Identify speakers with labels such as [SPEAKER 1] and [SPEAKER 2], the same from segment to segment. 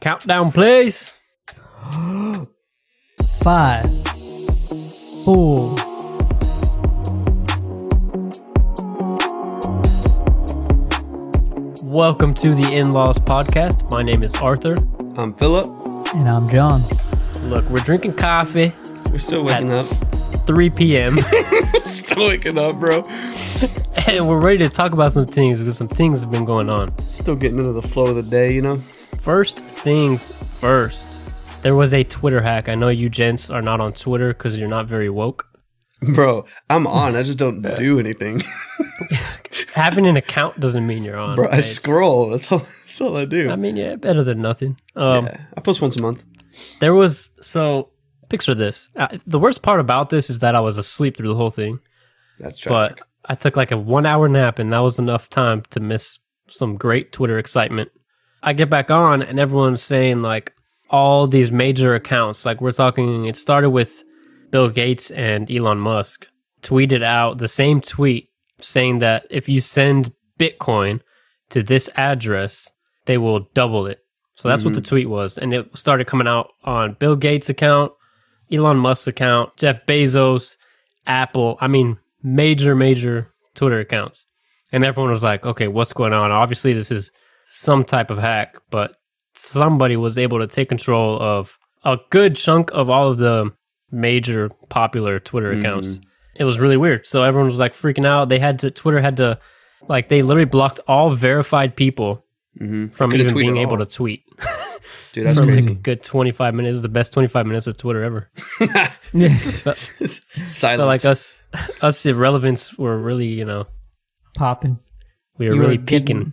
[SPEAKER 1] Countdown, please.
[SPEAKER 2] Five, four,
[SPEAKER 1] Welcome to the In Laws Podcast. My name is Arthur.
[SPEAKER 3] I'm Um, Philip.
[SPEAKER 2] and I'm John.
[SPEAKER 1] Look, we're drinking coffee,
[SPEAKER 3] We're still waking up.
[SPEAKER 1] 3 p.m.,
[SPEAKER 3] still waking up, bro.
[SPEAKER 1] and we're ready to talk about some things because some things have been going on.
[SPEAKER 3] Still getting into the flow of the day, you know?
[SPEAKER 1] First things first, there was a Twitter hack. I know you gents are not on Twitter because you're not very woke.
[SPEAKER 3] Bro, I'm on. I just don't do anything.
[SPEAKER 1] Having an account doesn't mean you're on.
[SPEAKER 3] Bro, I
[SPEAKER 1] It's-
[SPEAKER 3] scroll. That's all, that's all I do.
[SPEAKER 1] I mean, yeah, better than nothing. Um,
[SPEAKER 3] yeah. I post once a month.
[SPEAKER 1] There was so picture this. Uh, the worst part about this is that I was asleep through the whole thing,
[SPEAKER 3] That's true.
[SPEAKER 1] but I took like a one hour nap, and that was enough time to miss some great Twitter excitement. I get back on, and everyone's saying like all these major accounts. Like we're talking, it started with Bill Gates and Elon Musk tweeted out the same tweet saying that if you send Bitcoin to this address, they will double it. So that's what the tweet was. And it started coming out on Bill Gates' account, Elon Musk's account, Jeff Bezos, Apple. I mean, major, major Twitter accounts. And everyone was like, okay, what's going on? Obviously, this is some type of hack, but somebody was able to take control of a good chunk of all of the major popular Twitter accounts. It was really weird. So everyone was like freaking out. They had to, Twitter had to, like, they literally blocked all verified people from
[SPEAKER 3] Couldn't
[SPEAKER 1] even
[SPEAKER 3] tweet
[SPEAKER 1] being
[SPEAKER 3] at
[SPEAKER 1] able
[SPEAKER 3] all.
[SPEAKER 1] to tweet
[SPEAKER 3] Dude, that's
[SPEAKER 1] for like a
[SPEAKER 3] crazy.
[SPEAKER 1] good 25 minutes. It was the best 25 minutes of Twitter ever.
[SPEAKER 3] Silence.
[SPEAKER 1] So, like, us, us irrelevance were really, you know,
[SPEAKER 2] Popping,
[SPEAKER 1] we were
[SPEAKER 2] You were
[SPEAKER 1] really
[SPEAKER 2] getting-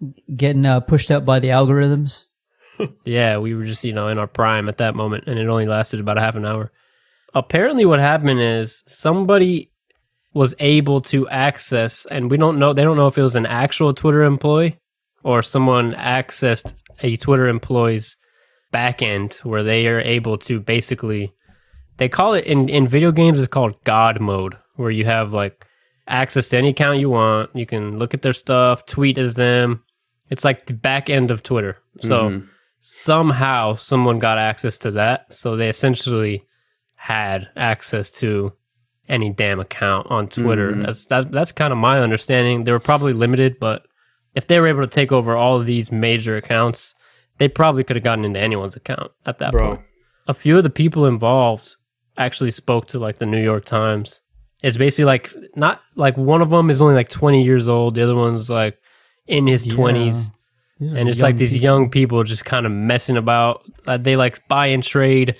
[SPEAKER 1] peaking.
[SPEAKER 2] getting uh, pushed up by the algorithms.
[SPEAKER 1] Yeah, we were just, you know, in our prime at that moment, and it only lasted about a half an hour. Apparently, what happened is somebody was able to access, and we don't know, they don't know if it was an actual Twitter employee or someone accessed a Twitter employee's backend where they are able to basically, they call it in, in video games, it's called God mode, where you have like access to any account you want. You can look at their stuff, tweet as them. It's like the back end of Twitter. So somehow someone got access to that. So they essentially had access to any damn account on Twitter. That's, that, that's kind of my understanding. They were probably limited, but if they were able to take over all of these major accounts, they probably could have gotten into anyone's account at that point
[SPEAKER 3] Bro,
[SPEAKER 1] a few of the people involved actually spoke to like the New York Times. It's basically like not like one of them is only like 20 years old, the other one's like in his 20s.
[SPEAKER 2] These are
[SPEAKER 1] And it's like these
[SPEAKER 2] people.
[SPEAKER 1] young people just kind of messing about. Uh, they like buy and trade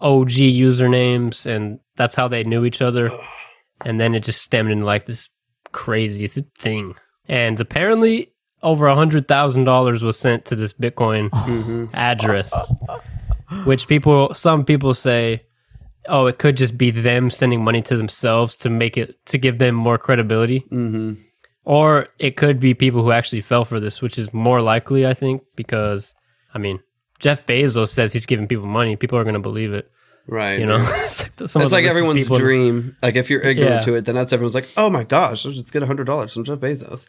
[SPEAKER 1] OG usernames, and that's how they knew each other. And then it just stemmed into like this crazy th- thing. And apparently, over a hundred thousand dollars was sent to this Bitcoin address, which people, some people say, oh, it could just be them sending money to themselves to make it to give them more credibility
[SPEAKER 3] Mm-hmm.
[SPEAKER 1] or it could be people who actually fell for this, which is more likely, I think, because I mean, Jeff Bezos says he's giving people money, people are going to believe it.
[SPEAKER 3] right.
[SPEAKER 1] You know, it's like, the- some of
[SPEAKER 3] That's
[SPEAKER 1] the
[SPEAKER 3] like
[SPEAKER 1] richest
[SPEAKER 3] everyone's
[SPEAKER 1] people in-
[SPEAKER 3] dream. Like if you're ignorant
[SPEAKER 1] Yeah.
[SPEAKER 3] to it, then that's everyone's like, oh my gosh, I'll just get hundred dollars from Jeff Bezos.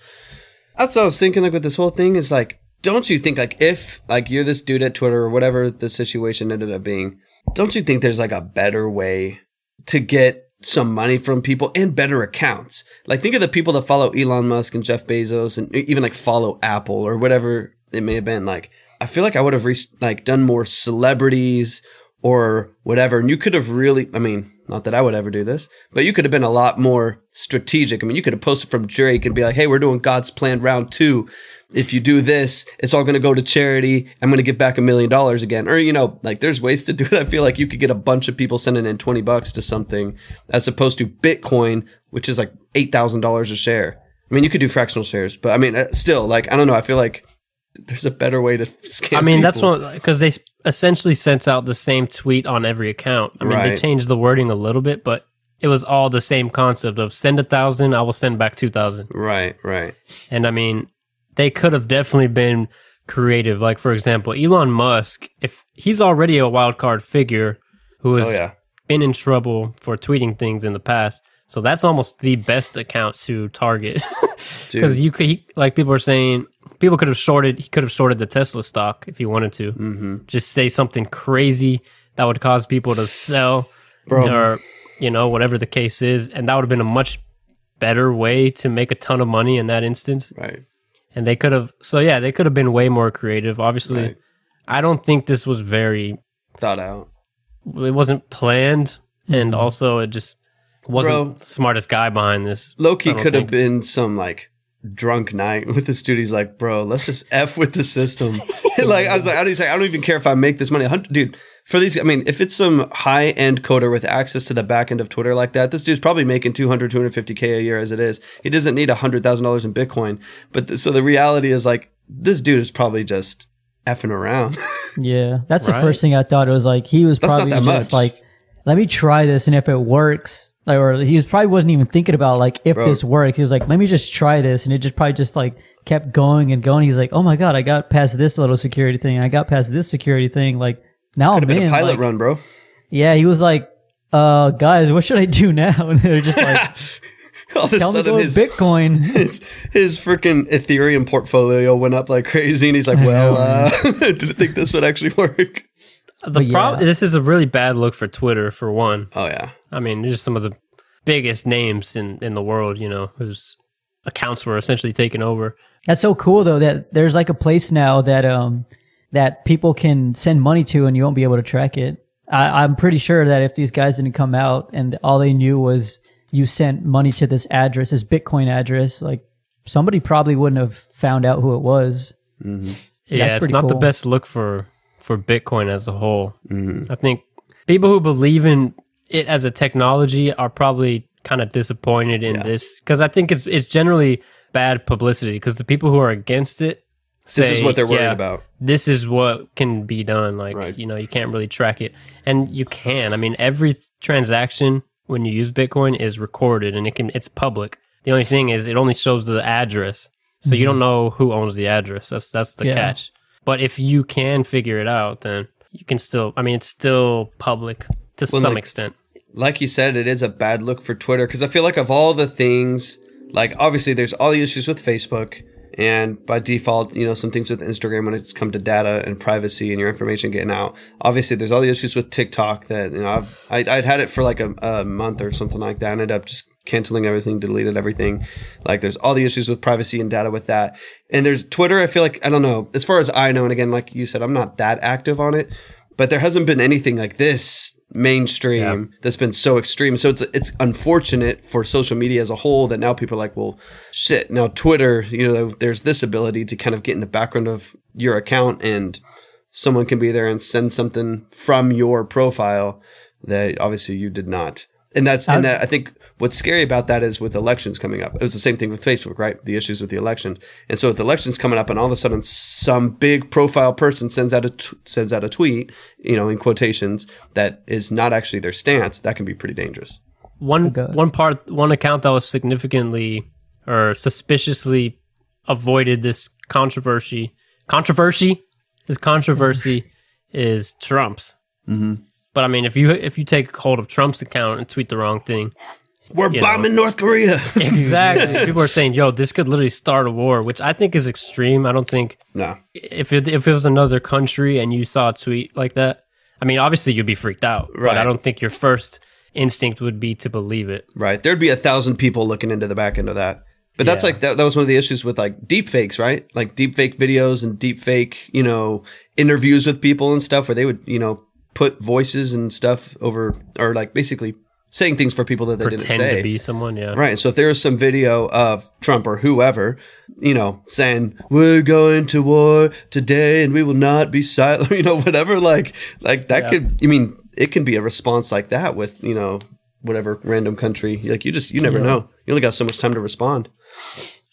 [SPEAKER 3] That's what I was thinking. Like with this whole thing is like, don't you think like if like you're this dude at Twitter or whatever the situation ended up being, don't you think there's like a better way to get some money from people and better accounts? Like think of the people that follow Elon Musk and Jeff Bezos and e-, even like follow Apple or whatever it may have been. Like I feel like I would have reached like done more celebrities or whatever. And you could have really, I mean, not that I would ever do this, but you could have been a lot more strategic. I mean, you could have posted from Drake and be like, hey, we're doing God's plan round two. If you do this, it's all going to go to charity. I'm going to give back a million dollars again. Or, you know, like there's ways to do it. I feel like you could get a bunch of people sending in 20 bucks to something as opposed to Bitcoin, which is like $8,000 a share. I mean, you could do fractional shares, but I mean, uh, still, like, I don't know. I feel like there's a better way to scam.
[SPEAKER 1] I mean, that's
[SPEAKER 3] people.
[SPEAKER 1] what because they s- essentially sent out the same tweet on every account. I mean, they
[SPEAKER 3] Right.
[SPEAKER 1] changed the wording a little bit, but it was all the same concept of send a thousand, I will send back two thousand.
[SPEAKER 3] Right, right.
[SPEAKER 1] And I mean, they could have definitely been creative. Like for example, Elon Musk, if he's already a wild card figure who has
[SPEAKER 3] Oh, yeah.
[SPEAKER 1] been in trouble for tweeting things in the past, so that's almost the best account to target
[SPEAKER 3] Dude.
[SPEAKER 1] because you could he, like people are saying. people could have shorted. He could have shorted the Tesla stock if he wanted to.
[SPEAKER 3] Mm-hmm.
[SPEAKER 1] Just say something crazy that would cause people to sell,
[SPEAKER 3] Bro.
[SPEAKER 1] or you know whatever the case is, and that would have been a much better way to make a ton of money in that instance.
[SPEAKER 3] Right.
[SPEAKER 1] And they could have. So yeah, they could have been way more creative. Obviously,
[SPEAKER 3] Right.
[SPEAKER 1] I don't think this was very.
[SPEAKER 3] Thought out.
[SPEAKER 1] It wasn't planned, and also it just wasn't
[SPEAKER 3] Bro.
[SPEAKER 1] the smartest guy behind this. I
[SPEAKER 3] Loki
[SPEAKER 1] don't
[SPEAKER 3] could have
[SPEAKER 1] think-
[SPEAKER 3] been some like drunk night with his dude. He's like, bro, let's just f with the system. like I was like, I don't, even, I don't even care if I make this money, A hundred- dude. For these, I mean, if it's some high end coder with access to the back end of Twitter like that, this dude's probably making 200, 250K a year as it is. He doesn't need $100,000 in Bitcoin. But th- so the reality is like, this dude is probably just effing around.
[SPEAKER 2] Yeah, that's
[SPEAKER 1] Right.
[SPEAKER 2] the first thing I thought. It was like he was
[SPEAKER 3] That's not
[SPEAKER 2] probably
[SPEAKER 3] that
[SPEAKER 2] just
[SPEAKER 3] much.
[SPEAKER 2] like, "Let me try this, and if it works." Like, or he was probably wasn't even thinking about like if
[SPEAKER 3] Bro.
[SPEAKER 2] this works. He was like, "Let me just try this," and it just probably just like kept going and going. He's like, "Oh my god, I got past this little security thing. I got past this security thing. Like now I'm
[SPEAKER 3] Been
[SPEAKER 2] in."
[SPEAKER 3] a pilot
[SPEAKER 2] like-
[SPEAKER 3] run, bro.
[SPEAKER 2] Yeah, he was like, "Uh, guys, what should I do now?" And they're just like,
[SPEAKER 3] All of a
[SPEAKER 2] "Tell me to
[SPEAKER 3] sudden,
[SPEAKER 2] go to
[SPEAKER 3] his,
[SPEAKER 2] Bitcoin."
[SPEAKER 3] his his freaking Ethereum portfolio went up like crazy, and he's like, "Well, uh, didn't think this would actually work."
[SPEAKER 1] The
[SPEAKER 2] yeah.
[SPEAKER 1] problem. This is a really bad look for Twitter, for one.
[SPEAKER 3] Oh yeah,
[SPEAKER 1] I mean, there's just some of the biggest names in in the world, you know, whose accounts were essentially taken over.
[SPEAKER 2] That's so cool though that there's like a place now that um that people can send money to and you won't be able to track it. I, I'm pretty sure that if these guys didn't come out and all they knew was you sent money to this address, this Bitcoin address, like somebody probably wouldn't have found out who it was.
[SPEAKER 1] Yeah, it's
[SPEAKER 2] pretty
[SPEAKER 1] not the
[SPEAKER 2] cool.
[SPEAKER 1] best look for for Bitcoin as a whole.
[SPEAKER 3] Mm-hmm.
[SPEAKER 1] I think people who believe in it as a technology are probably kind of disappointed in this because I think it's it's generally bad publicity because the people who are against it say,
[SPEAKER 3] this is what they're worried
[SPEAKER 1] "Yeah,
[SPEAKER 3] about.
[SPEAKER 1] This is what can be done. Like
[SPEAKER 3] Right.
[SPEAKER 1] you know, you can't really track it, and you can. I mean, every transaction when you use Bitcoin is recorded and it can it's public. The only thing is it only shows the address, so you
[SPEAKER 3] Mm-hmm.
[SPEAKER 1] don't know who owns the address. That's that's the
[SPEAKER 2] Yeah.
[SPEAKER 1] catch. But if you can figure it out, then you can still. I mean, it's still public to
[SPEAKER 3] Well,
[SPEAKER 1] some
[SPEAKER 3] like-
[SPEAKER 1] extent.
[SPEAKER 3] Like you said, it is a bad look for Twitter because I feel like of all the things, like obviously there's all the issues with Facebook, and by default, you know some things with Instagram when it's come to data and privacy and your information getting out. Obviously, there's all the issues with TikTok that you know I've, I, I'd had it for like a, a month or something like that. I ended up just canceling everything, deleted everything. Like there's all the issues with privacy and data with that. And there's Twitter. I feel like I don't know as far as I know. And again, like you said, I'm not that active on it, but there hasn't been anything like this mainstream that's been so extreme. So it's it's unfortunate for social media as a whole that now people are like, well, shit. Now Twitter, you know, there's this ability to kind of get in the background of your account and someone can be there and send something from your profile that obviously you did not. And that's and that, I think what's scary about that is with elections coming up. It was the same thing with Facebook, right? The issues with the election. And so with the elections coming up and all of a sudden some big profile person sends out a t- sends out a tweet, you know, in quotations that is not actually their stance, that can be pretty dangerous.
[SPEAKER 1] one
[SPEAKER 2] Okay.
[SPEAKER 1] one part one account that was significantly or suspiciously avoided this controversy controversy this controversy is Trump's. Mm-hmm. But I mean, if you if you take hold of Trump's account and tweet the wrong thing,
[SPEAKER 3] We're
[SPEAKER 1] You know.
[SPEAKER 3] bombing North Korea.
[SPEAKER 1] exactly, people are saying, "Yo, this could literally start a war," which I think is extreme. I don't think
[SPEAKER 3] no.
[SPEAKER 1] if it, if it was another country and you saw a tweet like that, I mean, obviously you'd be freaked out. But
[SPEAKER 3] Right.
[SPEAKER 1] I don't think your first instinct would be to believe it.
[SPEAKER 3] Right. There'd be a thousand people looking into the back end of that. But that's
[SPEAKER 1] Yeah.
[SPEAKER 3] like that, that was one of the issues with like deep fakes, right? Like deep fake videos and deep fake, you know, interviews with people and stuff where they would, you know, put voices and stuff over or like basically saying things for people that they didn't
[SPEAKER 1] Pretend
[SPEAKER 3] say.
[SPEAKER 1] to be someone, yeah.
[SPEAKER 3] Right. So if there was some video of Trump or whoever, you know, saying, We're going to war today and we will not be silent you know, whatever, like like that
[SPEAKER 1] Yeah.
[SPEAKER 3] could I mean, it can be a response like that with, you know, whatever random country. Like you just you never know. You only got so much time to respond.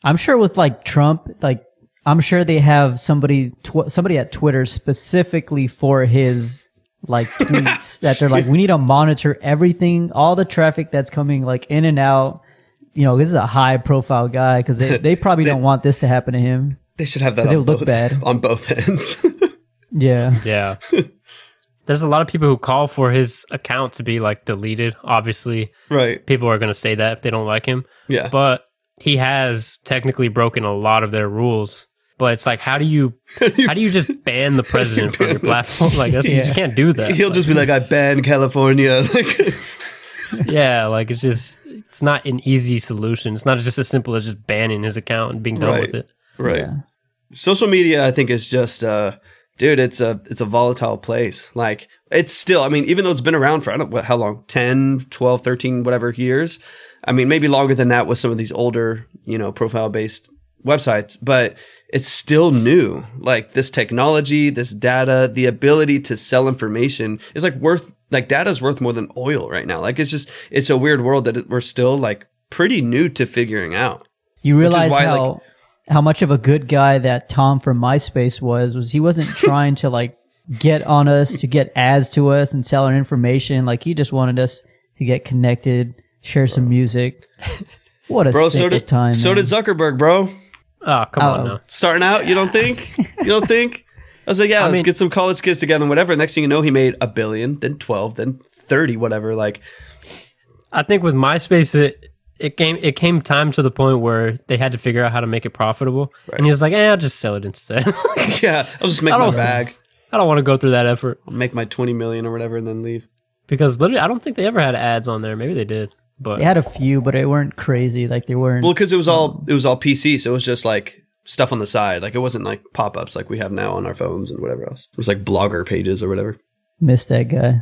[SPEAKER 2] I'm sure with like Trump, like I'm sure they have somebody tw- somebody at Twitter specifically for his like tweets that they're like, we need to monitor everything, all the traffic that's coming like in and out. You know, this is a high profile guy because they, they probably don't want this to happen to him.
[SPEAKER 3] They should have that on
[SPEAKER 2] it would look
[SPEAKER 3] both,
[SPEAKER 2] bad.
[SPEAKER 3] on both ends.
[SPEAKER 2] Yeah.
[SPEAKER 1] Yeah. There's a lot of people who call for his account to be like deleted. Obviously,
[SPEAKER 3] right.
[SPEAKER 1] people are going to say that if they don't like him,
[SPEAKER 3] Yeah.
[SPEAKER 1] but he has technically broken a lot of their rules But it's like, how do you how do you just ban the president from your platform? Like that's, you just
[SPEAKER 2] Yeah.
[SPEAKER 1] can't do that.
[SPEAKER 3] He'll
[SPEAKER 1] Like,
[SPEAKER 3] just be like, I ban California. Like,
[SPEAKER 1] yeah, like it's just it's not an easy solution. It's not just as simple as just banning his account and being done
[SPEAKER 3] Right.
[SPEAKER 1] with it.
[SPEAKER 3] right.
[SPEAKER 2] Yeah.
[SPEAKER 3] Social media, I think, is just, uh, dude, it's a it's a volatile place. Like, it's still, I mean, even though it's been around for, I don't know, how long, 10, 12, 13, whatever years. I mean, maybe longer than that with some of these older, you know, profile based websites, but it's still new. Like this technology, this data, the ability to sell information is like worth, like data's worth more than oil right now. Like it's just, it's a weird world that it- we're still like pretty new to figuring out.
[SPEAKER 2] You
[SPEAKER 3] is
[SPEAKER 2] realize
[SPEAKER 3] why,
[SPEAKER 2] how how much of a good guy that Tom from MySpace was. Was he wasn't trying to like get on us to get ads to us and sell our information. Like he just wanted us to get connected, share some music. What a
[SPEAKER 3] Bro,
[SPEAKER 2] sick
[SPEAKER 3] so did,
[SPEAKER 2] time.
[SPEAKER 3] so
[SPEAKER 2] man.
[SPEAKER 3] did Zuckerberg, bro.
[SPEAKER 1] Oh, come on
[SPEAKER 2] Oh.
[SPEAKER 1] now.
[SPEAKER 3] starting out. You don't think? You don't think? I was like, yeah, let's
[SPEAKER 1] mean-
[SPEAKER 3] get some college kids together and whatever. Next thing you know, he made a billion, then twelve, then thirty, whatever. Like,
[SPEAKER 1] I think with MySpace, it it came it came time to the point where they had to figure out how to make it profitable, and he was like, "Eh, I'll just sell it instead. I
[SPEAKER 3] yeah, I'll just make
[SPEAKER 1] I
[SPEAKER 3] my
[SPEAKER 1] don't-
[SPEAKER 3] bag,
[SPEAKER 1] don't want to go through that effort
[SPEAKER 3] I'll make my twenty million or whatever, and then leave.
[SPEAKER 1] because literally, I don't think they ever had ads on there. Maybe they did, but
[SPEAKER 2] They had a few, but they weren't crazy. Like they weren't.
[SPEAKER 3] Well, because it was all it was all PC, so it was just like stuff on the side. Like it wasn't like pop ups like we have now on our phones and whatever else. It was like blogger pages or whatever.
[SPEAKER 2] miss that guy.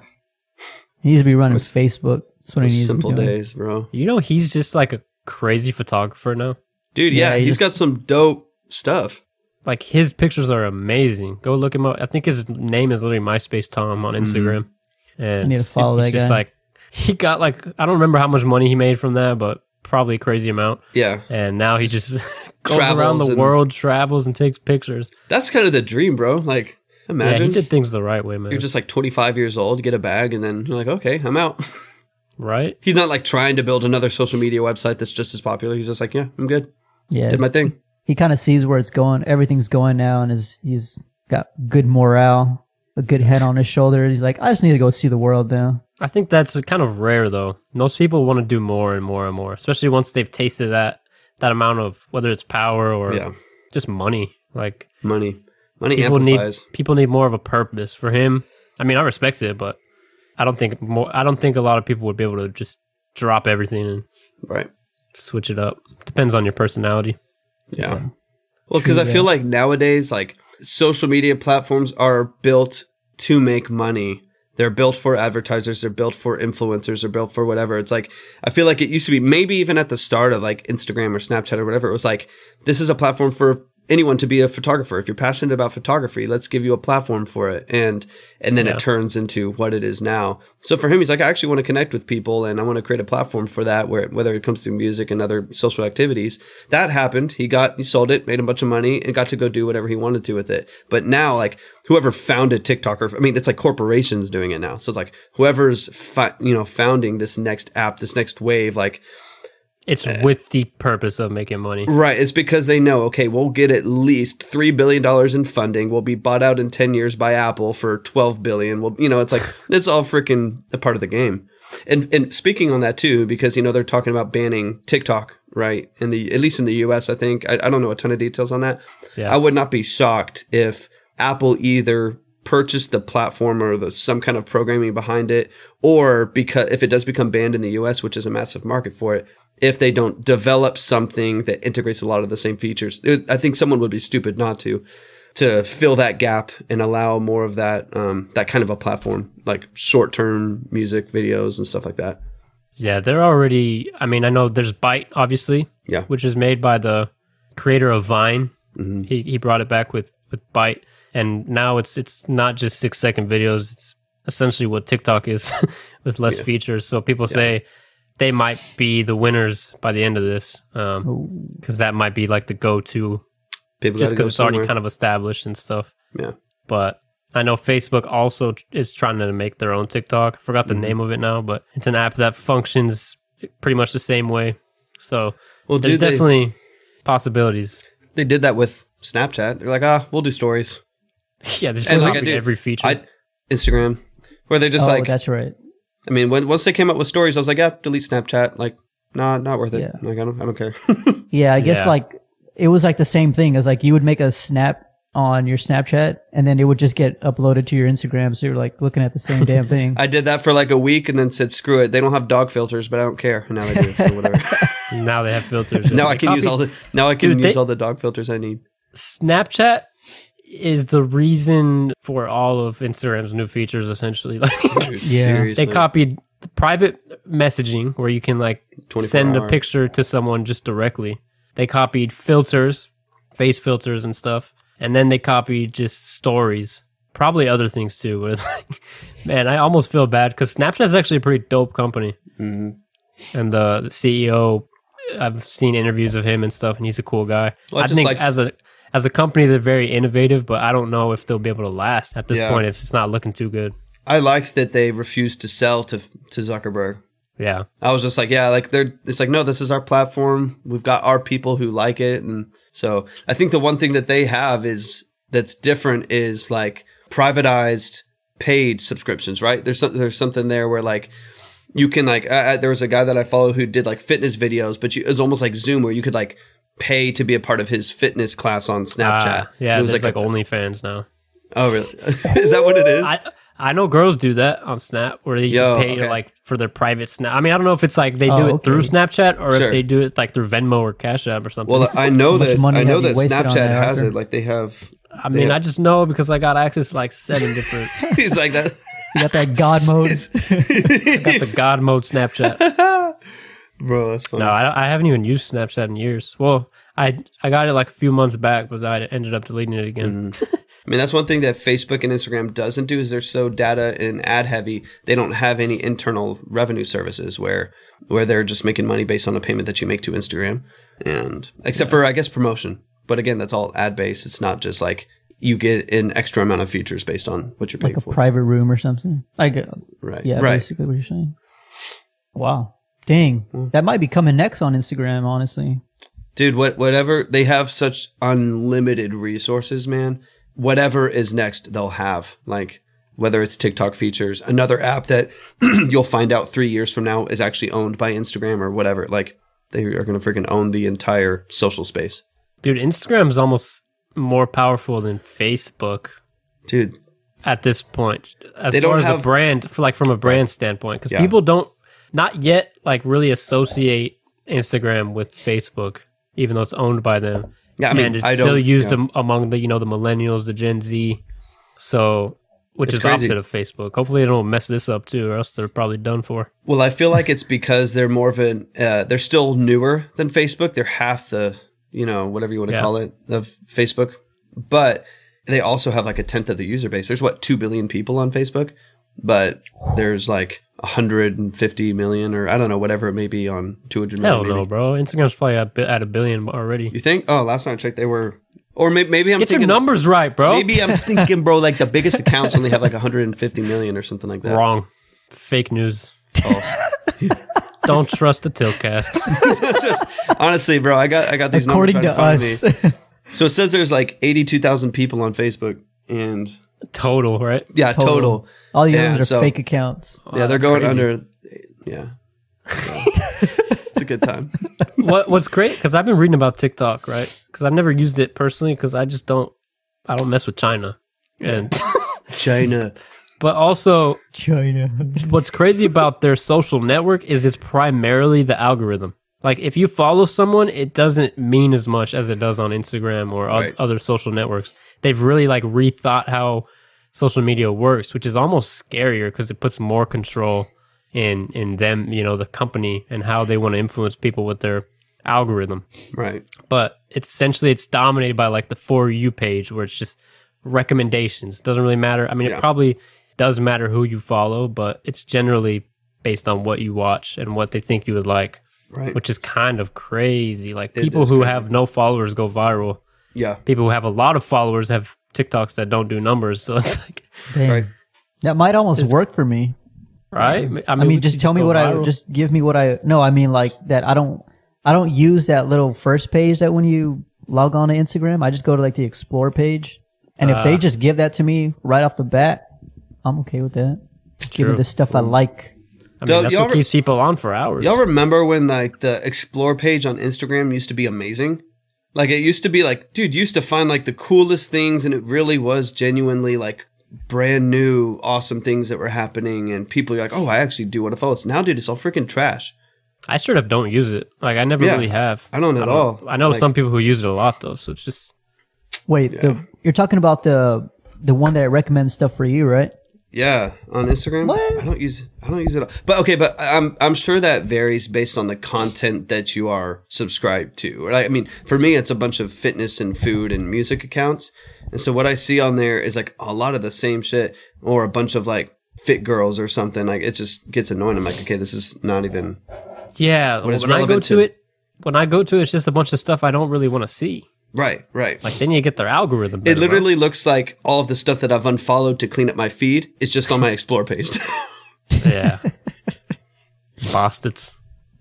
[SPEAKER 2] He needs to be running Facebook. That's what he
[SPEAKER 3] Those
[SPEAKER 2] needs. to be
[SPEAKER 3] simple
[SPEAKER 2] doing.
[SPEAKER 3] days, bro.
[SPEAKER 1] you know, he's just like a crazy photographer now.
[SPEAKER 3] Dude, yeah,
[SPEAKER 2] Yeah, you
[SPEAKER 3] he's got
[SPEAKER 2] just-
[SPEAKER 3] some dope stuff.
[SPEAKER 1] Like his pictures are amazing. Go look him up. I think his name is literally MySpace Tom on Instagram. And
[SPEAKER 2] Mm-hmm. I need to follow
[SPEAKER 1] he's
[SPEAKER 2] that
[SPEAKER 1] just
[SPEAKER 2] guy.
[SPEAKER 1] like he got like I don't remember how much money he made from that, but probably a crazy amount.
[SPEAKER 3] Yeah,
[SPEAKER 1] And now he just goes around
[SPEAKER 3] Travels
[SPEAKER 1] the
[SPEAKER 3] and-
[SPEAKER 1] world, travels, and takes pictures.
[SPEAKER 3] that's kind of the dream, bro. Like,
[SPEAKER 1] Yeah,
[SPEAKER 3] imagine
[SPEAKER 1] he did things the right way, man.
[SPEAKER 3] You're just like 25 years old, you get a bag, and then you're like, okay, I'm out.
[SPEAKER 1] right?
[SPEAKER 3] He's not like trying to build another social media website that's just as popular. He's just like, yeah, I'm good.
[SPEAKER 2] Yeah,
[SPEAKER 3] Did my thing.
[SPEAKER 2] he kind of sees where it's going. Everything's going now, and is he's got good morale, a good head on his shoulder. He's like, I just need to go see the world now.
[SPEAKER 1] I think that's kind of rare, though. Most people want to do more and more and more, especially once they've tasted that that amount of whether it's power or
[SPEAKER 3] Yeah.
[SPEAKER 1] just money. Like
[SPEAKER 3] Money. Money
[SPEAKER 1] people
[SPEAKER 3] amplifies.
[SPEAKER 1] need people need more of a purpose for him. I mean, I respect it, but I don't think more. I don't think a lot of people would be able to just drop everything and
[SPEAKER 3] right.
[SPEAKER 1] switch it up. Depends on your personality.
[SPEAKER 3] Yeah. Well, because I feel like nowadays, like social media platforms are built to make money. They're built for advertisers. They're built for influencers. They're built for whatever. It's like I feel like it used to be maybe even at the start of like Instagram or Snapchat or whatever. It was like this is a platform for anyone to be a photographer. If you're passionate about photography, let's give you a platform for it. And and then
[SPEAKER 1] Yeah.
[SPEAKER 3] it turns into what it is now. So for him, he's like, I actually want to connect with people and I want to create a platform for that. Where whether it comes to music and other social activities, that happened. He got he sold it, made a bunch of money, and got to go do whatever he wanted to with it. But now, like whoever founded TikTok, or I mean, it's like corporations doing it now. So it's like whoever's fi- you know founding this next app, this next wave, like
[SPEAKER 1] It's with the purpose of making money.
[SPEAKER 3] Right. It's because they know, okay, we'll get at least $3 billion in funding. We'll be bought out in 10 years by Apple for $12 billion. Well, you know, it's like, it's all freaking a part of the game. And, and speaking on that too, because, you know, they're talking about banning TikTok, right? In the, at least in the US, I think. I, I don't know a ton of details on that.
[SPEAKER 1] Yeah.
[SPEAKER 3] I would not be shocked if Apple either purchased the platform or the some kind of programming behind it, or because if it does become banned in the US, which is a massive market for it, if they don't develop something that integrates a lot of the same features. It- I think someone would be stupid not to to fill that gap and allow more of that um, that kind of a platform, like short term music videos and stuff like that.
[SPEAKER 1] Yeah, they're already. I mean, I know there's Byte, obviously.
[SPEAKER 3] Yeah.
[SPEAKER 1] Which is made by the creator of Vine.
[SPEAKER 3] Mhm.
[SPEAKER 1] He he brought it back with with Byte, and now it's it's not just six second videos. It's essentially what TikTok is, with less features. So people say they might be the winners by the end of this, because that might be like the go to,
[SPEAKER 3] People
[SPEAKER 1] just because
[SPEAKER 3] gotta go
[SPEAKER 1] it's already
[SPEAKER 3] somewhere.
[SPEAKER 1] kind of established and stuff.
[SPEAKER 3] yeah.
[SPEAKER 1] But I know Facebook also tr- is trying to make their own TikTok. I forgot
[SPEAKER 3] Mm-hmm.
[SPEAKER 1] the name of it now, but it's an app that functions pretty much the same way. So
[SPEAKER 3] Well,
[SPEAKER 1] there's
[SPEAKER 3] dude, they-
[SPEAKER 1] definitely possibilities.
[SPEAKER 3] They did that with Snapchat. They're like, ah, we'll do stories.
[SPEAKER 1] yeah, there's
[SPEAKER 3] And, like, I
[SPEAKER 1] copied
[SPEAKER 3] do-
[SPEAKER 1] every feature.
[SPEAKER 3] I Instagram, where they're just
[SPEAKER 2] oh,
[SPEAKER 3] like,
[SPEAKER 2] that's right.
[SPEAKER 3] I mean, when, once they came up with stories, I was like, yeah, delete Snapchat. Like, nah, not worth it.
[SPEAKER 2] Yeah.
[SPEAKER 3] Like, I don't, I don't care.
[SPEAKER 2] Yeah, I guess
[SPEAKER 1] Yeah.
[SPEAKER 2] like it was like the same thing. It was like you would make a snap on your Snapchat and then it would just get uploaded to your Instagram. So you're like looking at the same damn thing.
[SPEAKER 3] I did that for like a week and then said, screw it. They don't have dog filters, but I don't care. Now they do. So whatever.
[SPEAKER 1] Now they have filters.
[SPEAKER 3] now I can use all the now I can
[SPEAKER 1] Dude, they-
[SPEAKER 3] use all the dog filters I need.
[SPEAKER 1] Snapchat is the reason for all of Instagram's new features. Essentially, like
[SPEAKER 3] Dude,
[SPEAKER 2] Yeah.
[SPEAKER 3] seriously.
[SPEAKER 1] they copied the private messaging where you can like
[SPEAKER 3] 24
[SPEAKER 1] send
[SPEAKER 3] hour.
[SPEAKER 1] a picture to someone just directly. They copied filters, face filters and stuff, and then they copied just stories. Probably other things too, but it's like, man, I almost feel bad because Snapchat's actually a pretty dope company,
[SPEAKER 3] Mhm.
[SPEAKER 1] and the CEO, I've seen interviews of him and stuff, and he's a cool guy.
[SPEAKER 3] Well,
[SPEAKER 1] I
[SPEAKER 3] just
[SPEAKER 1] think
[SPEAKER 3] like-
[SPEAKER 1] as a as a company, they're very innovative, but I don't know if they'll be able to last at this
[SPEAKER 3] Yeah.
[SPEAKER 1] point. It's, it's not looking too good.
[SPEAKER 3] I liked that they refused to sell to to Zuckerberg.
[SPEAKER 1] Yeah,
[SPEAKER 3] I was just like, yeah, like they're it's like, no, this is our platform. We've got our people who like it. And so I think the one thing that they have is that's different is like privatized paid subscriptions, right? There's some, there's something there where like you can like I, I, there was a guy that I follow who did like fitness videos, but you, it was almost like Zoom where you could like pay to be a part of his fitness class on Snapchat.
[SPEAKER 1] Ah, yeah,
[SPEAKER 3] it
[SPEAKER 1] there's
[SPEAKER 3] was
[SPEAKER 1] like,
[SPEAKER 3] like,
[SPEAKER 1] OnlyFans now.
[SPEAKER 3] oh really? is that what it is?
[SPEAKER 1] I I know girls do that on Snap where they
[SPEAKER 3] Yo,
[SPEAKER 1] pay
[SPEAKER 3] okay.
[SPEAKER 1] like for their private Snap. I mean, I don't know if it's like they do
[SPEAKER 2] Oh,
[SPEAKER 1] it
[SPEAKER 2] okay.
[SPEAKER 1] through Snapchat or
[SPEAKER 3] Sure.
[SPEAKER 1] if they do it like through Venmo or Cash App or something.
[SPEAKER 3] well, I know
[SPEAKER 2] much
[SPEAKER 3] that
[SPEAKER 2] money
[SPEAKER 3] I know
[SPEAKER 2] have you
[SPEAKER 3] that
[SPEAKER 2] wasted on
[SPEAKER 3] Snapchat
[SPEAKER 2] that,
[SPEAKER 3] has
[SPEAKER 2] Arthur?
[SPEAKER 3] it. Like they have.
[SPEAKER 1] I mean,
[SPEAKER 3] yeah.
[SPEAKER 1] I just know because I got access to like seven different
[SPEAKER 3] He's like that.
[SPEAKER 2] You got that God mode.
[SPEAKER 1] got the God mode Snapchat.
[SPEAKER 3] Bro, that's funny.
[SPEAKER 1] No, I, don't- I haven't even used Snapchat in years. Well, I I got it like a few months back, but I ended up deleting it again.
[SPEAKER 3] Mm-hmm. I mean, that's one thing that Facebook and Instagram doesn't do is they're so data and ad heavy. They don't have any internal revenue services where where they're just making money based on a payment that you make to Instagram, and except for I guess promotion. But again, that's all ad based. It's not just like you get an extra amount of features based on what you're paying
[SPEAKER 2] like a
[SPEAKER 3] for.
[SPEAKER 2] private room or something. Like, uh,
[SPEAKER 3] right.
[SPEAKER 2] yeah,
[SPEAKER 3] Right.
[SPEAKER 2] basically what you're saying. Wow. Dang.
[SPEAKER 3] Hmm.
[SPEAKER 2] That might be coming next on Instagram, honestly.
[SPEAKER 3] dude what whatever they have such unlimited resources man whatever is next they'll have like whether it's tiktok features another app that you'll find out three years from now is actually owned by instagram or whatever like they are going to freaking own the entire social space
[SPEAKER 1] Dude, Instagram's almost more powerful than Facebook
[SPEAKER 3] dude
[SPEAKER 1] at this point as
[SPEAKER 3] They
[SPEAKER 1] far
[SPEAKER 3] don't
[SPEAKER 1] as
[SPEAKER 3] have-
[SPEAKER 1] a brand for like from a brand standpoint because
[SPEAKER 3] Yeah.
[SPEAKER 1] people don't not yet like really associate instagram with facebook even though it's owned by them
[SPEAKER 3] Yeah, I mean,
[SPEAKER 1] and it's
[SPEAKER 3] I
[SPEAKER 1] still
[SPEAKER 3] don't-
[SPEAKER 1] used
[SPEAKER 3] yeah.
[SPEAKER 1] am- among the you know the millennials the gen z so which
[SPEAKER 3] It's
[SPEAKER 1] is
[SPEAKER 3] crazy.
[SPEAKER 1] opposite of facebook hopefully they don't mess this up too or else they're probably done for
[SPEAKER 3] well i feel like it's because they're more of an uh, they're still newer than facebook they're half the you know whatever you want to
[SPEAKER 1] Yeah.
[SPEAKER 3] call it of facebook but they also have like a tenth of the user base there's what 2 billion people on facebook but there's like 150 million or i don't know whatever it may be on 200 million
[SPEAKER 1] hell no
[SPEAKER 3] maybe.
[SPEAKER 1] bro instagram's probably at, bi- at a billion already
[SPEAKER 3] you think oh last time i checked they were or maybe, maybe i'm
[SPEAKER 1] get your
[SPEAKER 3] thinking
[SPEAKER 1] numbers right bro
[SPEAKER 3] maybe i'm thinking bro like the biggest accounts only have like 150 million or something like that
[SPEAKER 1] wrong fake news
[SPEAKER 3] Oh.
[SPEAKER 1] don't trust the tiltcast
[SPEAKER 3] Just- honestly bro i got i got these numbers
[SPEAKER 2] According
[SPEAKER 3] right
[SPEAKER 2] to
[SPEAKER 3] in front of me.
[SPEAKER 2] us.
[SPEAKER 3] So it says there's like 82,000 people on Facebook and
[SPEAKER 1] total right
[SPEAKER 3] yeah, total.
[SPEAKER 2] All the
[SPEAKER 3] Yeah,
[SPEAKER 2] others are
[SPEAKER 3] so-
[SPEAKER 2] fake accounts.
[SPEAKER 1] Wow,
[SPEAKER 3] yeah, they're
[SPEAKER 1] that's
[SPEAKER 3] going
[SPEAKER 1] crazy.
[SPEAKER 3] under yeah. So, it's a good time.
[SPEAKER 1] what what's great because I've been reading about TikTok, right? Because I've never used it personally because I just don't I don't mess with China. And
[SPEAKER 3] China.
[SPEAKER 1] but also
[SPEAKER 2] China.
[SPEAKER 1] what's crazy about their social network is it's primarily the algorithm. Like if you follow someone, it doesn't mean as much as it does on Instagram or oth-
[SPEAKER 3] Right.
[SPEAKER 1] other social networks. They've really like rethought how social media works, which is almost scarier because it puts more control in in them, you know, the company and how they want to influence people with their algorithm
[SPEAKER 3] Right.
[SPEAKER 1] but it's essentially it's dominated by like the for you page where it's just recommendations doesn't really matter i mean
[SPEAKER 3] Yeah.
[SPEAKER 1] it probably does matter who you follow but it's generally based on what you watch and what they think you would like
[SPEAKER 3] Right.
[SPEAKER 1] which is kind of crazy like
[SPEAKER 3] It
[SPEAKER 1] people
[SPEAKER 3] is
[SPEAKER 1] who
[SPEAKER 3] crazy.
[SPEAKER 1] have no followers go viral
[SPEAKER 3] Yeah.
[SPEAKER 1] people who have a lot of followers have tiktoks that don't do numbers so it's like
[SPEAKER 2] Dang.
[SPEAKER 3] Right.
[SPEAKER 2] That might almost work for me.
[SPEAKER 1] right i
[SPEAKER 3] Mm-hmm.
[SPEAKER 1] mean,
[SPEAKER 2] I
[SPEAKER 1] we
[SPEAKER 2] mean,
[SPEAKER 1] could
[SPEAKER 2] just tell me
[SPEAKER 1] go
[SPEAKER 2] what I
[SPEAKER 1] viral.
[SPEAKER 2] just give me what I no. I mean, like that. I don't. I don't use that little first page that when you log on to Instagram. I just go to like the explore page, and
[SPEAKER 1] Uh.
[SPEAKER 2] if they just give that to me right off the bat, I'm okay with that. Just give me
[SPEAKER 1] True.
[SPEAKER 2] the stuff I like.
[SPEAKER 1] i
[SPEAKER 3] Yo,
[SPEAKER 1] mean that's
[SPEAKER 3] y'all
[SPEAKER 1] what
[SPEAKER 3] re-
[SPEAKER 1] keeps people on for hours
[SPEAKER 3] Y'all remember when like the explore page on Instagram used to be amazing? Like it used to be like, dude, you used to find like the coolest things and it really was genuinely like brand new, awesome things that were happening and people you're like, oh, I actually do want to follow this. Now, dude, it's all freaking trash.
[SPEAKER 1] I straight up don't use it. Like I never
[SPEAKER 3] Yeah.
[SPEAKER 1] really have.
[SPEAKER 3] I don't at all.
[SPEAKER 1] I know
[SPEAKER 3] Like-
[SPEAKER 1] some people who use it a lot though, so it's just
[SPEAKER 2] Wait, the, you're talking about the the one that recommends stuff for you, right?
[SPEAKER 3] Yeah, on Instagram.
[SPEAKER 2] What?
[SPEAKER 3] I don't use I don't use it. All. But okay, but I'm I'm sure that varies based on the content that you are subscribed to. Right? I mean, for me, it's a bunch of fitness and food and music accounts, and so what I see on there is like a lot of the same shit or a bunch of like fit girls or something. Like it just gets annoying. I'm like, okay, this is not even.
[SPEAKER 1] yeah.
[SPEAKER 3] What is
[SPEAKER 1] When I go
[SPEAKER 3] relevant
[SPEAKER 1] to
[SPEAKER 3] to-
[SPEAKER 1] it, when I go to it, it's just a bunch of stuff I don't really want to see.
[SPEAKER 3] Right, right.
[SPEAKER 1] Like then you get their algorithm.
[SPEAKER 3] it
[SPEAKER 1] better, bro.
[SPEAKER 3] literally looks like all of the stuff that I've unfollowed to clean up my feed is just on my explore page.
[SPEAKER 1] yeah. Bastards.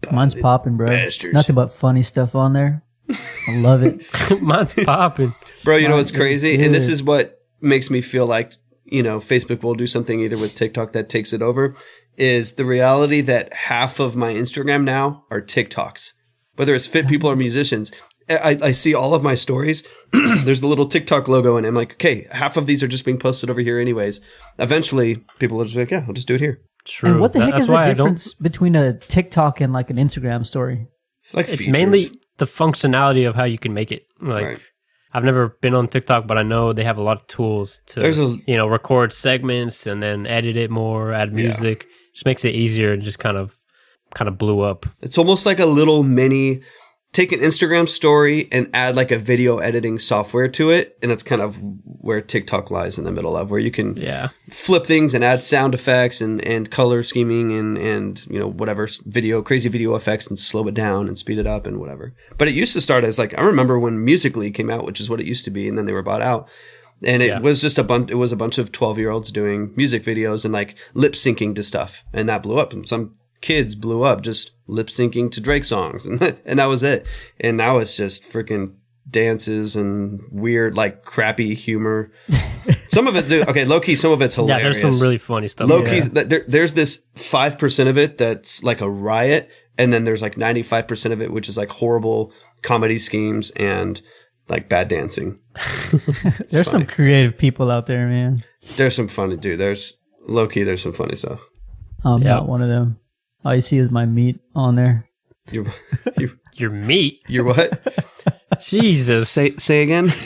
[SPEAKER 1] Uh,
[SPEAKER 2] Mine's popping, bro. It's
[SPEAKER 3] bastards.
[SPEAKER 2] nothing but funny stuff on there. I love it.
[SPEAKER 1] Mine's popping.
[SPEAKER 3] Bro, you know what's crazy? And this
[SPEAKER 2] good.
[SPEAKER 3] is what makes me feel like, you know, Facebook will do something either with TikTok that takes it over is the reality that half of my Instagram now are TikToks. Whether it's fit people or musicians, I, I see all of my stories. There's the little TikTok logo, and I'm like, okay, half of these are just being posted over here, anyways. Eventually, people will just be like, yeah, I'll just do it here.
[SPEAKER 1] True.
[SPEAKER 2] and what the
[SPEAKER 1] That-
[SPEAKER 2] heck
[SPEAKER 1] that's
[SPEAKER 2] is the
[SPEAKER 1] why I don't-
[SPEAKER 2] difference between a TikTok and like an Instagram story?
[SPEAKER 3] Like,
[SPEAKER 1] It's
[SPEAKER 3] features.
[SPEAKER 1] mainly the functionality of how you can make it. Like
[SPEAKER 3] Right.
[SPEAKER 1] I've never been on TikTok, but I know they have a lot of tools to
[SPEAKER 3] There's a-
[SPEAKER 1] you know record segments and then edit it more, add music. Just makes it easier and just kind of kind of blew up.
[SPEAKER 3] It's almost like a little mini. Take an Instagram story and add like a video editing software to it, and that's kind of where TikTok lies in the middle of where you can
[SPEAKER 1] Yeah.
[SPEAKER 3] flip things and add sound effects and and color scheming and and you know whatever s- video crazy video effects and slow it down and speed it up and whatever. But it used to start as like I remember when Musically came out, which is what it used to be, and then they were bought out. And it
[SPEAKER 1] Yeah.
[SPEAKER 3] was just a bunch. It was a bunch of twelve-year-olds doing music videos and like lip syncing to stuff, and that blew up. And some kids blew up just lip syncing to Drake songs, and and that was it. And now it's just freaking dances and weird, like crappy humor. some of it, dude. Okay, low key, some of it's
[SPEAKER 1] Yeah,
[SPEAKER 3] hilarious.
[SPEAKER 1] there's some really funny stuff.
[SPEAKER 3] Low
[SPEAKER 1] Yeah.
[SPEAKER 3] key, th- there, there's this 5% of it that's like a riot, and then there's like 95% of it, which is like horrible comedy schemes and like bad dancing.
[SPEAKER 2] There's some creative people out there, man.
[SPEAKER 3] There's some funny, dude. There's low key, there's some funny stuff.
[SPEAKER 2] I'm
[SPEAKER 1] Yeah.
[SPEAKER 2] not one of them. All you see is my meat on there.
[SPEAKER 3] You, you,
[SPEAKER 1] Your meat.
[SPEAKER 3] you're what?
[SPEAKER 1] Jesus.
[SPEAKER 3] say again,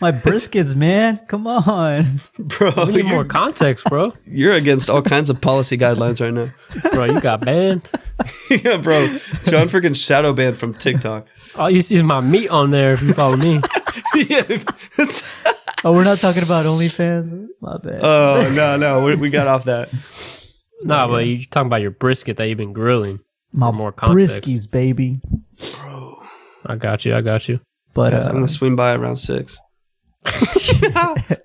[SPEAKER 2] My briskets, man. Come on.
[SPEAKER 3] bro.
[SPEAKER 1] we need
[SPEAKER 3] You're,
[SPEAKER 1] more context, bro.
[SPEAKER 3] you're against all kinds of policy guidelines right now,
[SPEAKER 1] bro, you got banned.
[SPEAKER 3] yeah, bro. John freaking shadow banned from TikTok.
[SPEAKER 1] All you see is my meat on there if you follow me.
[SPEAKER 3] yeah, it's-
[SPEAKER 2] Oh, we're not talking about OnlyFans. My bad.
[SPEAKER 3] oh no, no, we, we got off that.
[SPEAKER 1] nah, but you're talking about your brisket that you've been grilling.
[SPEAKER 2] my
[SPEAKER 1] more context.
[SPEAKER 2] briskies, baby.
[SPEAKER 1] I got you. I got you.
[SPEAKER 2] But
[SPEAKER 3] I'm
[SPEAKER 2] uh,
[SPEAKER 3] gonna swing by around six.
[SPEAKER 2] have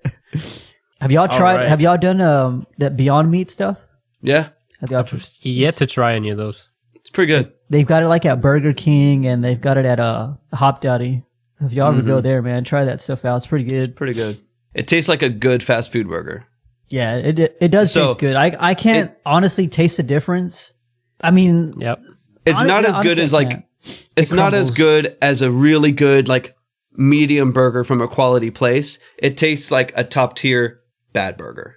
[SPEAKER 2] y'all tried?
[SPEAKER 1] right.
[SPEAKER 2] Have y'all done um, that Beyond Meat stuff?
[SPEAKER 3] Yeah,
[SPEAKER 2] Have y'all,
[SPEAKER 1] Yet to try any of those.
[SPEAKER 3] it's pretty good.
[SPEAKER 2] they've got it like at Burger King and they've got it at uh, Hop Dotty. If y'all ever go there, man, try that stuff out. It's pretty good.
[SPEAKER 3] pretty good. It tastes like a good fast food burger.
[SPEAKER 2] Yeah, it it does
[SPEAKER 3] So-
[SPEAKER 2] taste good. I I can't honestly taste the difference. I mean,
[SPEAKER 1] Yep.
[SPEAKER 3] It's
[SPEAKER 2] Hon-
[SPEAKER 3] not
[SPEAKER 2] no,
[SPEAKER 3] as good
[SPEAKER 2] honestly,
[SPEAKER 3] as
[SPEAKER 2] I
[SPEAKER 3] like
[SPEAKER 2] can't.
[SPEAKER 3] it's not as
[SPEAKER 2] crumbles.
[SPEAKER 3] good as a really good like medium burger from a quality place. It tastes like a top tier bad burger,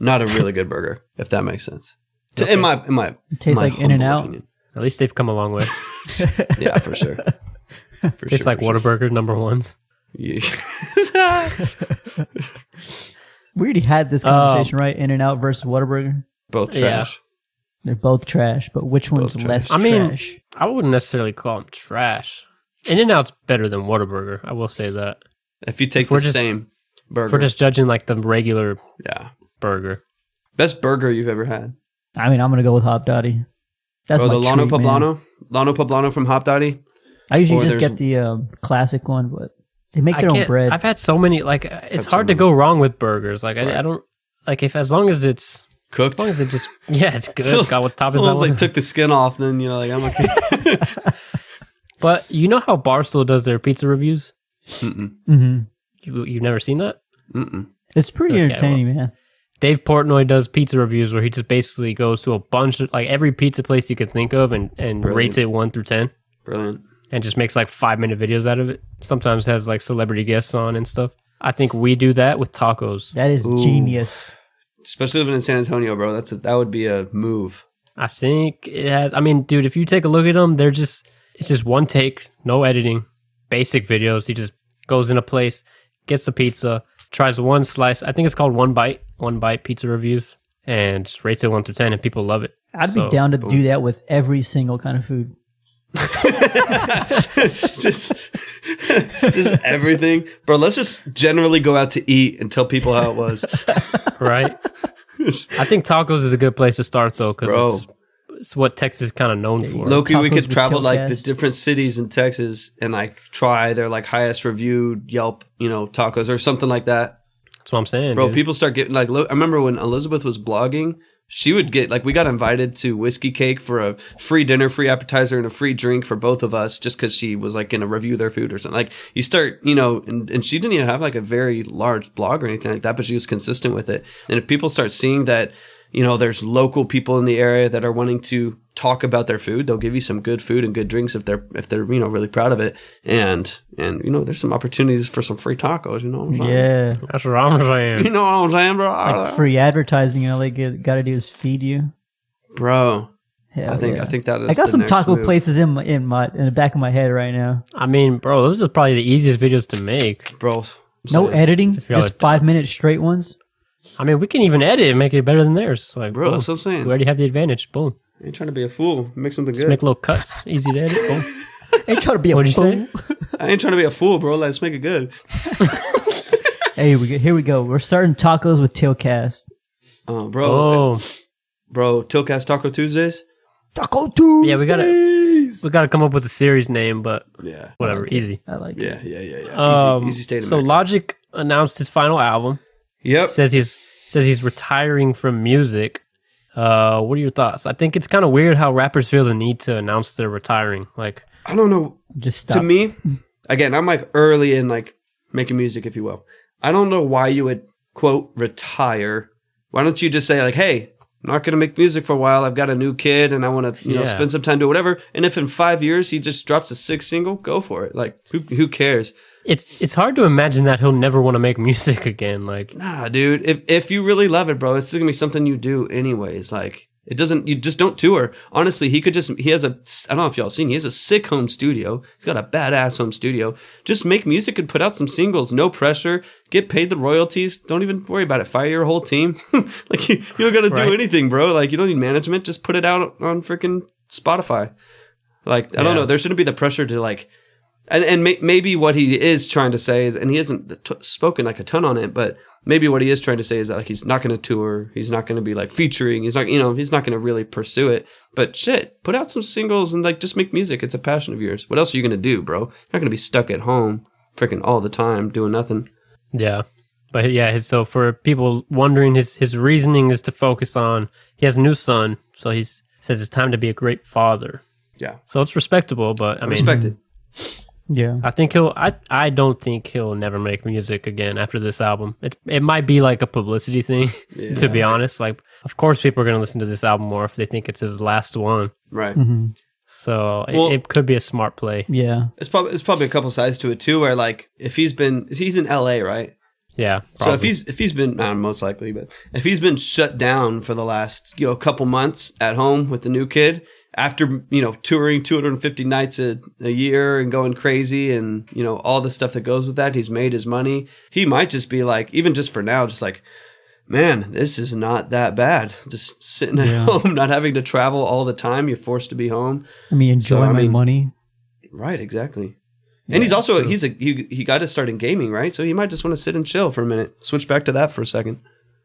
[SPEAKER 3] not a really good burger. If that makes sense. To, In my in my
[SPEAKER 2] It tastes
[SPEAKER 3] my
[SPEAKER 2] like In-N-Out.
[SPEAKER 3] humble opinion.
[SPEAKER 1] At least they've come a long way.
[SPEAKER 3] Yeah, for sure. For
[SPEAKER 1] It's
[SPEAKER 3] sure,
[SPEAKER 1] like
[SPEAKER 3] for sure.
[SPEAKER 1] Whataburger number ones.
[SPEAKER 3] Yeah.
[SPEAKER 2] we already had
[SPEAKER 1] Oh.
[SPEAKER 2] this conversation, right? In and out versus Whataburger.
[SPEAKER 3] Both
[SPEAKER 1] Yeah.
[SPEAKER 3] trash.
[SPEAKER 2] They're both trash, but which one's
[SPEAKER 3] Both
[SPEAKER 2] less
[SPEAKER 1] I mean,
[SPEAKER 2] trash?
[SPEAKER 1] I wouldn't necessarily call them trash. In and Out's better than Whataburger. I will say that.
[SPEAKER 3] If you take
[SPEAKER 1] we're
[SPEAKER 3] the
[SPEAKER 1] just-
[SPEAKER 3] same
[SPEAKER 1] If we're
[SPEAKER 3] burger,
[SPEAKER 1] just judging like the regular
[SPEAKER 3] yeah,
[SPEAKER 1] burger.
[SPEAKER 3] best burger you've ever had.
[SPEAKER 2] I mean, I'm gonna go with Hop Dotty. That's
[SPEAKER 3] oh,
[SPEAKER 2] my
[SPEAKER 3] the Lano
[SPEAKER 2] treat, man.
[SPEAKER 3] Poblano, Lano Poblano from Hop Dotty.
[SPEAKER 2] I
[SPEAKER 3] or
[SPEAKER 2] usually just
[SPEAKER 3] there's-
[SPEAKER 2] get the um, classic one, but they make
[SPEAKER 1] I
[SPEAKER 2] their own
[SPEAKER 1] can't.
[SPEAKER 2] bread.
[SPEAKER 1] I've had so many. Like uh, it's
[SPEAKER 3] so
[SPEAKER 1] hard to
[SPEAKER 3] many.
[SPEAKER 1] go wrong with burgers. Like I, I
[SPEAKER 3] Right.
[SPEAKER 1] don't like if as long as it's
[SPEAKER 3] Cooked.
[SPEAKER 1] as long as it just yeah it's good.
[SPEAKER 3] So-
[SPEAKER 1] got what
[SPEAKER 3] As
[SPEAKER 1] toppings
[SPEAKER 3] long
[SPEAKER 1] I
[SPEAKER 3] as they
[SPEAKER 1] want.
[SPEAKER 3] took the skin off, then you know, like I'm okay.
[SPEAKER 1] but you know how Barstool does their pizza reviews.
[SPEAKER 3] Mm-mm.
[SPEAKER 2] hmm
[SPEAKER 1] You, you've never seen that?
[SPEAKER 3] Mm-mm.
[SPEAKER 2] It's pretty
[SPEAKER 1] Okay,
[SPEAKER 2] entertaining, man.
[SPEAKER 1] Dave Portnoy does pizza reviews where he just basically goes to a bunch of like every pizza place you could think of and and
[SPEAKER 3] Brilliant.
[SPEAKER 1] rates it one through ten.
[SPEAKER 3] Brilliant.
[SPEAKER 1] and just makes like five minute videos out of it. Sometimes has like celebrity guests on and stuff. I think we do that with tacos.
[SPEAKER 2] That is
[SPEAKER 3] Ooh.
[SPEAKER 2] genius.
[SPEAKER 3] Especially living in San Antonio, bro. That's a, that would be a move.
[SPEAKER 1] I think it has. I mean, dude, if you take a look at them, they're just it's just one take, no editing, basic videos. He just goes in a place, gets the pizza, tries one slice. I think it's called one bite, one bite pizza reviews, and rates it one through ten, and people love it.
[SPEAKER 2] I'd
[SPEAKER 1] So-
[SPEAKER 2] be down to do that with every single kind of food.
[SPEAKER 3] just just everything, bro. Let's just generally go out to eat and tell people how it was.
[SPEAKER 1] right? I think tacos is a good place to start though,
[SPEAKER 3] Bro.
[SPEAKER 1] because it's, it's what Texas is kind of known for.
[SPEAKER 3] Loki, we
[SPEAKER 2] Tacos
[SPEAKER 3] could
[SPEAKER 2] with
[SPEAKER 3] travel
[SPEAKER 2] tail
[SPEAKER 3] like
[SPEAKER 2] gas.
[SPEAKER 3] to different cities in Texas and like try their like highest reviewed Yelp, you know, tacos or something like that.
[SPEAKER 1] That's what I'm saying,
[SPEAKER 3] Bro,
[SPEAKER 1] dude.
[SPEAKER 3] people start getting like. Lo- I remember when Elizabeth was blogging, she would get like we got invited to Whiskey Cake for a free dinner, free appetizer, and a free drink for both of us, just because she was like going to review their food or something. Like you start, you know, and, and she didn't even have like a very large blog or anything like that, but she was consistent with it. And if people start seeing that, you know, there's local people in the area that are wanting to talk about their food, they'll give you some good food and good drinks if they're if they're you know really proud of it. And and you know, there's some opportunities for some free tacos. You know, what I'm saying?
[SPEAKER 2] Yeah.
[SPEAKER 1] That's what I'm saying.
[SPEAKER 3] You know what I'm saying, bro?
[SPEAKER 2] Like free advertising, all they got to do is feed you.
[SPEAKER 3] Bro,
[SPEAKER 2] Hell
[SPEAKER 3] I think
[SPEAKER 2] yeah.
[SPEAKER 3] I think that is.
[SPEAKER 2] I got
[SPEAKER 3] the
[SPEAKER 2] some
[SPEAKER 3] next
[SPEAKER 2] taco
[SPEAKER 3] move.
[SPEAKER 2] places in my, in my in the back of my head right now.
[SPEAKER 1] I mean, bro, this is probably the easiest videos to make.
[SPEAKER 3] bro. I'm
[SPEAKER 2] No
[SPEAKER 3] saying,
[SPEAKER 2] editing,
[SPEAKER 1] If y'all
[SPEAKER 2] just
[SPEAKER 1] are-
[SPEAKER 2] five minute straight ones.
[SPEAKER 1] I mean, we can even edit and make it better than theirs. Like,
[SPEAKER 3] bro.
[SPEAKER 1] boom.
[SPEAKER 3] That's what I'm
[SPEAKER 1] we
[SPEAKER 3] saying.
[SPEAKER 1] already have the advantage. Boom.
[SPEAKER 3] I ain't trying to be a fool. Make something
[SPEAKER 1] Just
[SPEAKER 3] good.
[SPEAKER 1] make little cuts, easy to edit. Boom.
[SPEAKER 2] Ain't trying to be a
[SPEAKER 1] What'd you say?
[SPEAKER 2] fool.
[SPEAKER 3] I ain't trying to be a fool, bro. Let's make it good.
[SPEAKER 2] Hey, we, go- here we go. We're starting tacos with Tailcast.
[SPEAKER 3] Uh, bro,
[SPEAKER 1] Oh,
[SPEAKER 3] bro. Tilcast Taco Tuesdays.
[SPEAKER 2] Taco Tuesday.
[SPEAKER 1] yeah, we gotta we gotta come up with a series name, but
[SPEAKER 3] Yeah,
[SPEAKER 1] whatever, easy.
[SPEAKER 2] I like it.
[SPEAKER 3] yeah, yeah, yeah, yeah.
[SPEAKER 1] Um,
[SPEAKER 3] easy, easy state of
[SPEAKER 1] so
[SPEAKER 3] America.
[SPEAKER 1] Logic announced his final album.
[SPEAKER 3] Yep.
[SPEAKER 1] says he's says he's retiring from music. Uh, what are your thoughts? I think it's kind of weird how rappers feel the need to announce they're retiring. Like,
[SPEAKER 3] I don't know.
[SPEAKER 2] Just stop.
[SPEAKER 3] To me, again, I'm like early in like making music, if you will. I don't know why you would quote retire. Why don't you just say like, hey, I'm not gonna make music for a while. I've got a new kid and I wanna, you know,
[SPEAKER 1] Yeah.
[SPEAKER 3] spend some time doing whatever. And if in five years he just drops a sixth single, go for it. Like who who cares?
[SPEAKER 1] it's it's hard to imagine that he'll never want to make music again. Like,
[SPEAKER 3] Nah, dude. If if you really love it, bro, it's gonna be something you do anyways. Like it doesn't you just don't tour. Honestly, he could just he has a I don't know if y'all seen, he has a sick home studio. He's got a badass home studio. Just make music and put out some singles, no pressure. Get paid the royalties. Don't even worry about it. Fire your whole team. like you, you don't gotta do
[SPEAKER 1] Right.
[SPEAKER 3] anything, bro. Like you don't need management. Just put it out on freaking Spotify. Like I don't
[SPEAKER 1] Yeah.
[SPEAKER 3] know. There shouldn't be the pressure to like and and may, maybe what he is trying to say is, and he hasn't t- spoken like a ton on it, but maybe what he is trying to say is that like he's not going to tour, he's not going to be like featuring, he's not, you know, he's not going to really pursue it. But shit, put out some singles and like just make music. It's a passion of yours. What else are you going to do, bro? You're not going to be stuck at home freaking all the time doing nothing.
[SPEAKER 1] yeah, but yeah. His, so for people wondering, his his reasoning is to focus on he has a new son, so he says it's time to be a great father.
[SPEAKER 3] Yeah.
[SPEAKER 1] So it's respectable, but I mean,
[SPEAKER 3] Respect it.
[SPEAKER 2] Yeah.
[SPEAKER 1] I think he'll. I I don't think he'll never make music again after this album. It it might be like a publicity thing, to be honest. Like, of course, people are gonna listen to this album more if they think it's his last one.
[SPEAKER 3] Right.
[SPEAKER 2] hmm
[SPEAKER 1] So it-
[SPEAKER 3] Well-
[SPEAKER 1] it, could be a smart play.
[SPEAKER 2] Yeah.
[SPEAKER 3] It's probably it's probably a couple sides to it too, where like if he's been he's in L.A. right,
[SPEAKER 1] Yeah.
[SPEAKER 3] So if
[SPEAKER 1] probably.
[SPEAKER 3] he's if he's been uh, most likely, but if he's been shut down for the last you know couple months at home with the new kid after you know touring 250 nights a, a year and going crazy and you know all the stuff that goes with that, he's made his money. He might just be like even just for now, just like. Man, this is not that bad. Just sitting at
[SPEAKER 2] Yeah.
[SPEAKER 3] home, not having to travel all the time. You're forced to be home.
[SPEAKER 2] I mean, enjoy
[SPEAKER 3] So, I
[SPEAKER 2] my
[SPEAKER 3] mean-
[SPEAKER 2] money.
[SPEAKER 3] Right, exactly. And he's also he's a he, he got to start in gaming, right? So he might just want to sit and chill for a minute. Switch back to that for a second.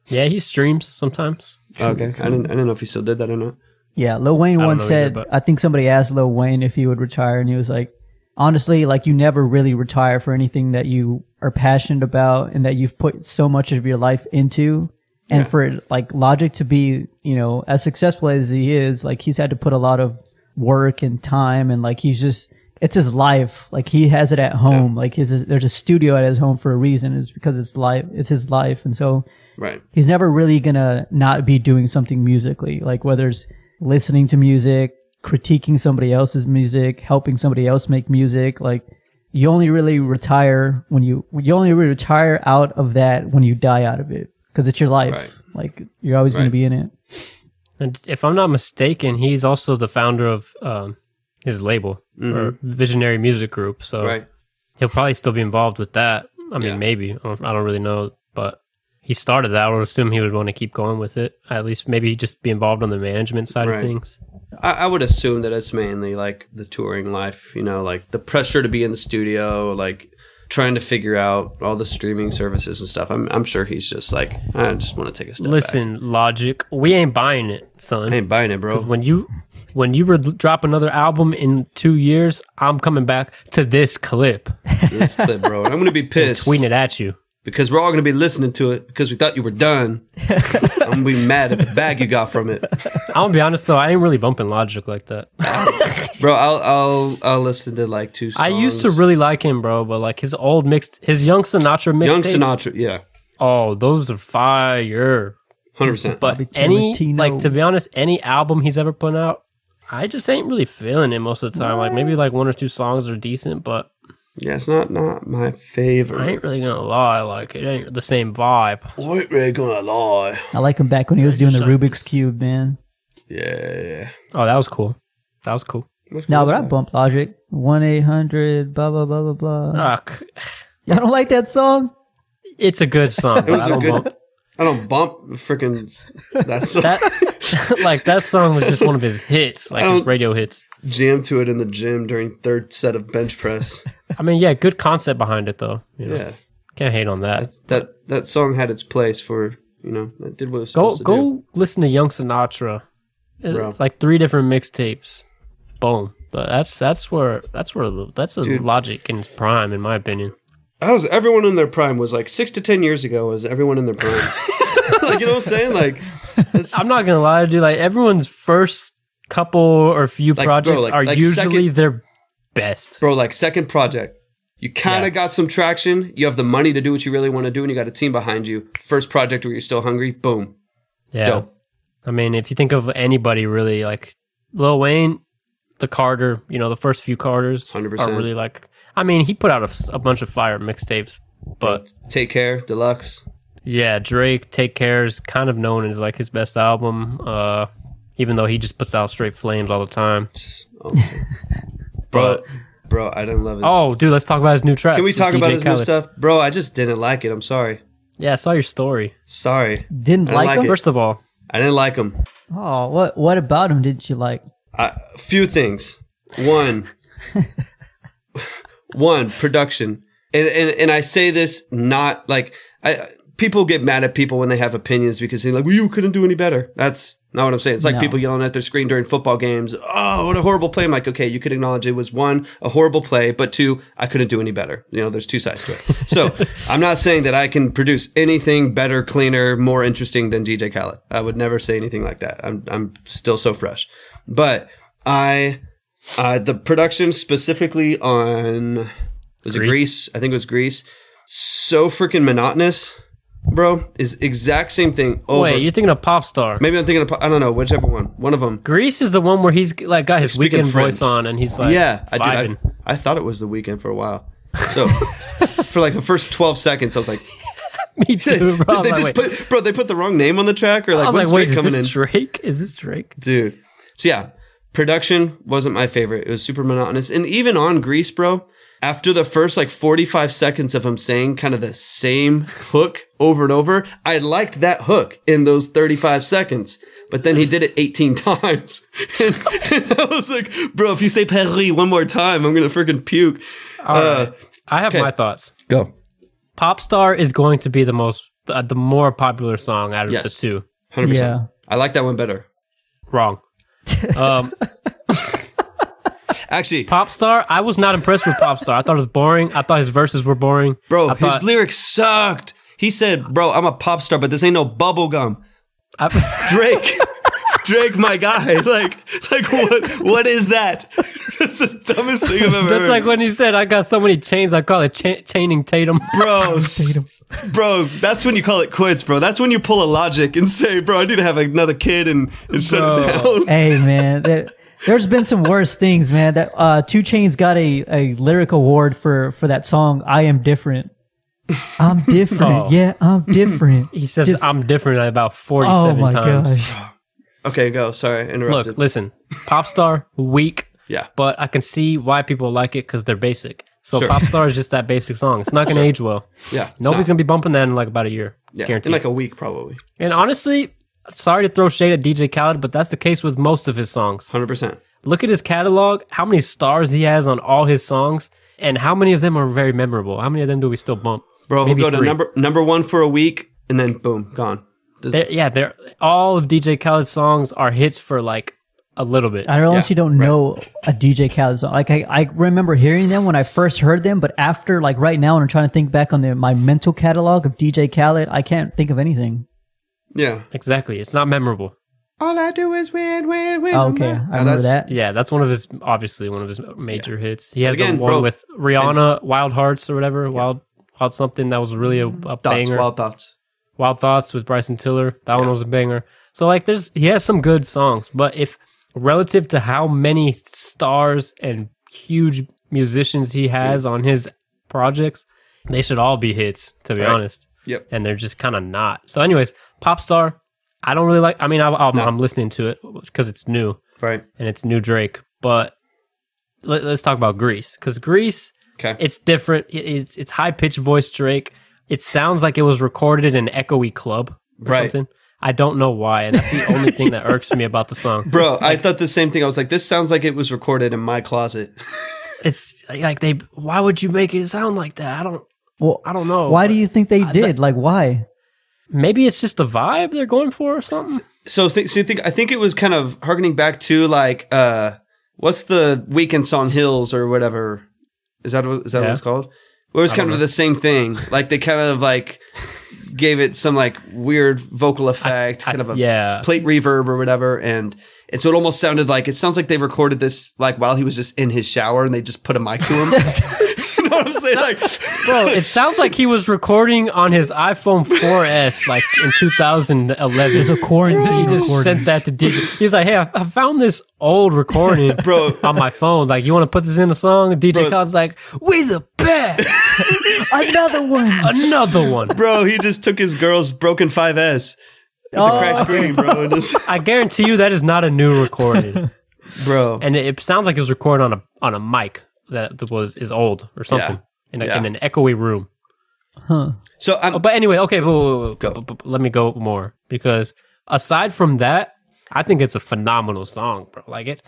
[SPEAKER 1] yeah, he streams sometimes.
[SPEAKER 3] okay, I didn't. I didn't know if he still did that or not.
[SPEAKER 2] Yeah, Lil Wayne
[SPEAKER 1] I don't
[SPEAKER 2] once
[SPEAKER 1] know either,
[SPEAKER 2] said,
[SPEAKER 1] but-
[SPEAKER 2] I think somebody asked Lil Wayne if he would retire, and he was like, honestly, like you never really retire for anything that you are passionate about and that you've put so much of your life into. And for like Logic to be, you know, as successful as he is, like he's had to put a lot of work and time, and like he's just, it's his life. Like he has it at home. Like his, there's a studio at his home for a reason. It's because it's life. It's his life, and so
[SPEAKER 3] Right.
[SPEAKER 2] he's never really gonna not be doing something musically, like whether it's listening to music, critiquing somebody else's music, helping somebody else make music. Like you only really retire when you you only really retire out of that when you die out of it because it's your life.
[SPEAKER 3] Right.
[SPEAKER 2] Like you're always going
[SPEAKER 3] Right.
[SPEAKER 2] to be in it.
[SPEAKER 1] And if I'm not mistaken, he's also the founder of um, his label or Visionary Music Group. So
[SPEAKER 3] Mm-hmm. Right.
[SPEAKER 1] he'll probably still be involved with that. I mean,
[SPEAKER 3] Yeah.
[SPEAKER 1] maybe I don't, I don't really know, but he started that. I would assume he would want to keep going with it. At least maybe just be involved on the management side
[SPEAKER 3] Right.
[SPEAKER 1] of things.
[SPEAKER 3] I, I would assume that it's mainly like the touring life, you know, like the pressure to be in the studio, like trying to figure out all the streaming services and stuff. I'm, I'm sure he's just like, I just want to take a step back.
[SPEAKER 1] Listen, Logic, we ain't buying it, son.
[SPEAKER 3] I ain't buying it, bro.
[SPEAKER 1] When you when you re- drop another album in two years, I'm coming back to this clip,
[SPEAKER 3] this clip, bro. And I'm gonna be pissed
[SPEAKER 1] tweeting it at you.
[SPEAKER 3] because we're all gonna be listening to it because we thought you were done. I'm gonna be mad at the bag you got from it,
[SPEAKER 1] I'm gonna be honest though, I ain't really bumping Logic like that.
[SPEAKER 3] bro. I'll I'll I'll listen to like two. Songs.
[SPEAKER 1] I used to really like him, bro, but like his old mixed, his Young Sinatra mixed.
[SPEAKER 3] Young Sinatra, yeah,
[SPEAKER 1] Oh, those are fire.
[SPEAKER 3] hundred percent.
[SPEAKER 1] But
[SPEAKER 2] Bobby
[SPEAKER 1] any,
[SPEAKER 2] Tarantino.
[SPEAKER 1] like, to be honest, any album he's ever put out, I just ain't really feeling it most of the time. Like, maybe like one or two songs are decent, but
[SPEAKER 3] Yeah, it's not not my
[SPEAKER 1] I
[SPEAKER 3] favorite.
[SPEAKER 1] ain't really gonna lie. Like, it ain't the same vibe.
[SPEAKER 3] I ain't really gonna lie.
[SPEAKER 2] I like him back when he was doing the
[SPEAKER 1] just like-
[SPEAKER 2] Rubik's cube, man.
[SPEAKER 3] Yeah.
[SPEAKER 1] Oh, that was cool. That was cool.
[SPEAKER 2] No, but I bump Logic. One eight hundred blah blah blah blah
[SPEAKER 3] Uh.
[SPEAKER 2] blah.
[SPEAKER 1] Ugh,
[SPEAKER 2] Y'all don't like that song?
[SPEAKER 1] it's a good song. but
[SPEAKER 3] was
[SPEAKER 1] I
[SPEAKER 3] a
[SPEAKER 1] don't
[SPEAKER 3] good-
[SPEAKER 1] bump-
[SPEAKER 3] I don't bump freaking. That's that
[SPEAKER 1] that, like, that song was just one of his hits, like his
[SPEAKER 3] don't-
[SPEAKER 1] radio hits.
[SPEAKER 3] jam to it in the gym during third set of bench press.
[SPEAKER 1] I mean, yeah, good concept behind it, though. You know,
[SPEAKER 3] Yeah,
[SPEAKER 1] Can't hate on that.
[SPEAKER 3] that's, that that song had its place for you know it did what it was
[SPEAKER 1] Go
[SPEAKER 3] supposed to
[SPEAKER 1] go
[SPEAKER 3] do.
[SPEAKER 1] listen to Young Sinatra. It's
[SPEAKER 3] Bro.
[SPEAKER 1] like three different mixtapes. Boom. But that's that's where that's where the- that's the
[SPEAKER 3] Dude.
[SPEAKER 1] logic in its prime, in my opinion.
[SPEAKER 3] I was everyone in their prime was like six to ten years ago was everyone in their prime. like you know what I'm saying? Like it's,
[SPEAKER 1] I'm not gonna lie, dude. Like everyone's first couple or few
[SPEAKER 3] Like, bro,
[SPEAKER 1] projects
[SPEAKER 3] like-
[SPEAKER 1] are
[SPEAKER 3] like
[SPEAKER 1] usually
[SPEAKER 3] second-
[SPEAKER 1] their best.
[SPEAKER 3] bro, like second project. You kind
[SPEAKER 1] Yeah.
[SPEAKER 3] of got some traction. You have the money to do what you really want to do, and you got a team behind you. First project where you're still hungry, boom,
[SPEAKER 1] Yeah.
[SPEAKER 3] dope.
[SPEAKER 1] I mean, if you think of anybody really, like Lil Wayne, the Carter, you know, the first few Carters
[SPEAKER 3] 100%.
[SPEAKER 1] are really like. I mean, he put out a s a a bunch of fire mixtapes, but
[SPEAKER 3] Take care, deluxe.
[SPEAKER 1] Yeah, Drake Take Care is kind of known as like his best album. Uh even though he just puts out straight flames all the time.
[SPEAKER 3] Oh. bro, bro, I didn't love it.
[SPEAKER 1] Oh, dude, let's talk about his new track.
[SPEAKER 3] Can we talk about his new stuff, bro? I just didn't like it. I'm sorry,
[SPEAKER 1] Yeah, I saw your story.
[SPEAKER 3] sorry.
[SPEAKER 2] Didn't
[SPEAKER 3] I
[SPEAKER 2] like,
[SPEAKER 3] like
[SPEAKER 2] him.
[SPEAKER 3] it.
[SPEAKER 1] First of all,
[SPEAKER 3] I didn't like him.
[SPEAKER 2] Oh, what what about him didn't you like?
[SPEAKER 3] A few things. One, one production, and, and and I say this not like I people get mad at people when they have opinions because they're like, well, you couldn't do any better. That's not what I'm saying. It's like
[SPEAKER 2] No.
[SPEAKER 3] people yelling at their screen during football games. Oh, what a horrible play! I'm like, okay, you could acknowledge it was one a horrible play, but two, I couldn't do any better. You know, there's two sides to it. So I'm not saying that I can produce anything better, cleaner, more interesting than DJ Khaled. I would never say anything like that. I'm I'm still so fresh, but I. Uh, the production specifically on was it
[SPEAKER 1] Grease?
[SPEAKER 3] Greece? I think it was Greece. So freaking monotonous, bro. Is exact same thing over.
[SPEAKER 1] wait, you're thinking of Popstar.
[SPEAKER 3] Maybe I'm thinking of I don't know whichever one. One of them.
[SPEAKER 1] Grease is the one where he's like got his
[SPEAKER 3] Speaking
[SPEAKER 1] weekend
[SPEAKER 3] French.
[SPEAKER 1] voice on and he's like
[SPEAKER 3] yeah, I
[SPEAKER 1] vibing.
[SPEAKER 3] did. I, I thought it was the weekend for a while. So for like the first 12 seconds, I was like,
[SPEAKER 1] Me too, bro.
[SPEAKER 3] did they
[SPEAKER 1] I'm
[SPEAKER 3] just
[SPEAKER 1] like, wait.
[SPEAKER 3] put bro? They put the wrong name on the track or
[SPEAKER 1] I
[SPEAKER 3] like
[SPEAKER 1] was
[SPEAKER 3] what's
[SPEAKER 1] like, wait,
[SPEAKER 3] Drake
[SPEAKER 1] is
[SPEAKER 3] coming
[SPEAKER 1] this
[SPEAKER 3] in?
[SPEAKER 1] Drake? Is this Drake?
[SPEAKER 3] dude. So yeah, production wasn't my favorite. It was super monotonous, and even on Grease, bro. After the first like 45 seconds of him saying kind of the same hook over and over, I liked that hook in those 35 seconds. But then he did it 18 times. And, I was like, bro, if you say Paris one more time, I'm going to freaking puke. Uh,
[SPEAKER 1] I have
[SPEAKER 3] okay.
[SPEAKER 1] my thoughts.
[SPEAKER 3] Go.
[SPEAKER 1] Popstar is going to be the most uh, the more popular song out of the
[SPEAKER 3] Yes.
[SPEAKER 1] two.
[SPEAKER 3] 100%.
[SPEAKER 2] Yeah.
[SPEAKER 3] I like that one better.
[SPEAKER 1] Wrong. Um
[SPEAKER 3] Actually,
[SPEAKER 1] Popstar, I was not impressed with Popstar. I thought it was boring. I thought his verses were boring.
[SPEAKER 3] bro,
[SPEAKER 1] I
[SPEAKER 3] his
[SPEAKER 1] thought,
[SPEAKER 3] lyrics sucked. He said, bro, I'm a pop star, but this ain't no bubble gum.
[SPEAKER 1] I-
[SPEAKER 3] Drake. Drake, my guy. Like, like what? What is that? That's the dumbest thing I've ever.
[SPEAKER 1] that's
[SPEAKER 3] heard.
[SPEAKER 1] like when he said, "I got so many chains, I call it cha- chaining Tatum."
[SPEAKER 3] bro, s- bro. That's when you call it quits, bro. That's when you pull a logic and say, bro, I need to have another kid and, and shut it
[SPEAKER 1] Bro.
[SPEAKER 3] down.
[SPEAKER 2] Hey man, that There's been some worse things, man. That uh, Two Chains got a, a lyric award for for that song. I am different. I'm different.
[SPEAKER 1] Oh.
[SPEAKER 2] Yeah, I'm different.
[SPEAKER 1] He says
[SPEAKER 2] Just-
[SPEAKER 1] I'm different about
[SPEAKER 2] oh
[SPEAKER 1] 47
[SPEAKER 2] my
[SPEAKER 1] times.
[SPEAKER 2] gosh.
[SPEAKER 3] Okay, go. Sorry, interrupted.
[SPEAKER 1] Look, listen, Popstar, weak,
[SPEAKER 3] yeah,
[SPEAKER 1] but I can see why people like it because they're basic. So
[SPEAKER 3] Sure.
[SPEAKER 1] Popstar is just that basic song. It's not going to age well.
[SPEAKER 3] yeah. it's
[SPEAKER 1] Nobody's
[SPEAKER 3] not-
[SPEAKER 1] going to be bumping that in like about a year.
[SPEAKER 3] yeah,
[SPEAKER 1] Guaranteed.
[SPEAKER 3] in like a week probably.
[SPEAKER 1] and honestly, sorry to throw shade at DJ Khaled, but that's the case with most of his songs.
[SPEAKER 3] Hundred percent.
[SPEAKER 1] Look at his catalog, how many stars he has on all his songs, and how many of them are very memorable. How many of them do we still bump?
[SPEAKER 3] Bro, he'll
[SPEAKER 1] Maybe
[SPEAKER 3] go to
[SPEAKER 1] three.
[SPEAKER 3] number number one for a week and then boom, gone. Does-
[SPEAKER 1] They're, yeah, they're all of DJ Khaled's songs are hits for like a little bit.
[SPEAKER 2] I honestly
[SPEAKER 3] Yeah,
[SPEAKER 2] don't
[SPEAKER 3] right.
[SPEAKER 2] know a DJ Khaled song. Like I, I remember hearing them when I first heard them, but after like right now, and I'm trying to think back on the, my mental catalog of DJ Khaled, I can't think of anything.
[SPEAKER 3] yeah.
[SPEAKER 1] Exactly, it's not memorable.
[SPEAKER 3] All I do is win, win,
[SPEAKER 1] Ah,
[SPEAKER 3] win.
[SPEAKER 2] Oh, okay, I
[SPEAKER 3] Now
[SPEAKER 2] remember
[SPEAKER 3] that's-
[SPEAKER 2] that.
[SPEAKER 1] Yeah, that's one of his obviously one of his major hits. He had
[SPEAKER 3] again,
[SPEAKER 1] the one
[SPEAKER 3] bro,
[SPEAKER 1] with Rihanna, Wild Hearts or whatever, Wild Wild something that was really a, a
[SPEAKER 3] Thoughts,
[SPEAKER 1] banger. Wild.
[SPEAKER 3] wild thoughts.
[SPEAKER 1] Thoughts with Bryson Tiller, that one was a banger. So like, there's he has some good songs, but if relative to how many stars and huge musicians he has on his projects, they should all be hits to be
[SPEAKER 3] Right.
[SPEAKER 1] honest.
[SPEAKER 3] Yep.
[SPEAKER 1] And they're just kind of not. So, anyways, Popstar, I don't really like. I mean, I, I'm, I'm listening to it because it's new
[SPEAKER 3] Right.
[SPEAKER 1] and it's new Drake. But let, us talk about Grease because Grease,
[SPEAKER 3] Okay.
[SPEAKER 1] it's different. It- it's it's high pitched voice Drake. It sounds like it was recorded in an echoey club or
[SPEAKER 3] Right.
[SPEAKER 1] something. I don't know why, and that's the only thing that irks me about the song.
[SPEAKER 3] Bro, I thought the same thing. I was like, this sounds like it was recorded in my closet.
[SPEAKER 1] It's like they. Why would you make it sound like that? I don't.
[SPEAKER 2] Well,
[SPEAKER 1] I don't know.
[SPEAKER 2] why do you think they
[SPEAKER 1] th-
[SPEAKER 2] did? Like why?
[SPEAKER 1] Maybe it's just the vibe they're going for or something.
[SPEAKER 3] So, th- so you think I think it was kind of harkening back to like uh what's the weekend song Hills or whatever. Is that what, is that
[SPEAKER 1] Yeah.
[SPEAKER 3] what it's called? Well, it was kind of the same thing. Like they kind of like gave it some like weird vocal effect, kind of a
[SPEAKER 1] yeah.
[SPEAKER 3] plate reverb or whatever, and and so it almost sounded like it sounds like they recorded this like while he was just in his shower and they just put a mic to him. you know what I'm saying? Like,
[SPEAKER 1] Bro, it sounds like he was recording on his iPhone 4S like in 2011.
[SPEAKER 2] There's a
[SPEAKER 1] he
[SPEAKER 2] quarantine
[SPEAKER 1] just
[SPEAKER 2] recording.
[SPEAKER 1] sent that to DJ. He was like, "Hey, I, I found this old recording,
[SPEAKER 3] Bro.
[SPEAKER 1] on my phone. Like, you want to put this in a song?"
[SPEAKER 3] Bro.
[SPEAKER 1] DJ Khaled's like, "We the best,
[SPEAKER 2] Another one.
[SPEAKER 1] another one."
[SPEAKER 3] bro, he just took his girl's broken 5S. With the
[SPEAKER 2] Oh.
[SPEAKER 3] cracked screen, bro. and just-
[SPEAKER 1] I guarantee you that is not a new recording,
[SPEAKER 3] bro.
[SPEAKER 1] and it, it sounds like it was recorded on a on a mic that was is old or something in, a,
[SPEAKER 3] Yeah.
[SPEAKER 1] in an echoey room.
[SPEAKER 2] Huh.
[SPEAKER 3] So I'm
[SPEAKER 1] Oh, but anyway, okay, but, but,
[SPEAKER 3] Go.
[SPEAKER 1] but, but- but let me go more because aside from that, I think it's a phenomenal song, bro. Like it's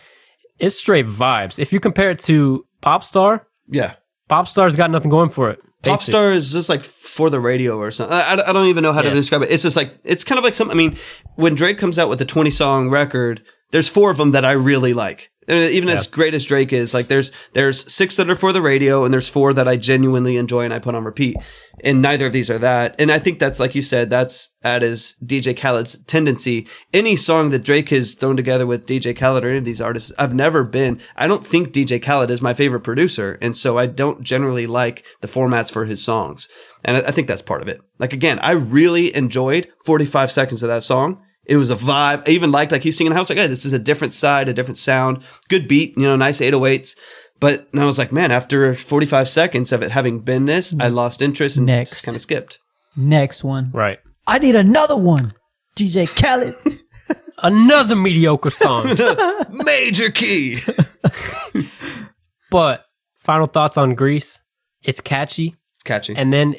[SPEAKER 1] it's straight vibes. If you compare it to Popstar,
[SPEAKER 3] yeah.
[SPEAKER 1] Popstar's got nothing going for it. Basic.
[SPEAKER 3] Popstar is just like for the radio or something. I, I- I don't even know how to
[SPEAKER 1] Yes.
[SPEAKER 3] describe it. It's just like it's kind of like some. I mean, when Drake comes out with a twenty song record, there's four of them that I really like. And even as great as Drake is, like there's there's six that are for the radio, and there's four that I genuinely enjoy and I put on repeat. And neither of these are that. And I think that's like you said, that's that is DJ Khaled's tendency. Any song that Drake has thrown together with DJ Khaled or any of these artists, I've never been. I don't think DJ Khaled is my favorite producer, and so I don't generally like the formats for his songs. And I, I think that's part of it. Like again, I really enjoyed 45 seconds of that song. It was a vibe. I even liked like he's singing. I was like, hey, this is a different side, a different sound, good beat, you know, nice 808s. But and I was like, man, after 45 seconds of it having been this, I lost interest and
[SPEAKER 2] Next.
[SPEAKER 3] just kind of skipped.
[SPEAKER 2] Next one.
[SPEAKER 1] right?
[SPEAKER 2] I need another one. DJ Khaled.
[SPEAKER 1] Another mediocre song.
[SPEAKER 3] Major key.
[SPEAKER 1] but final thoughts on Grease. It's catchy,
[SPEAKER 3] Catchy.
[SPEAKER 1] and then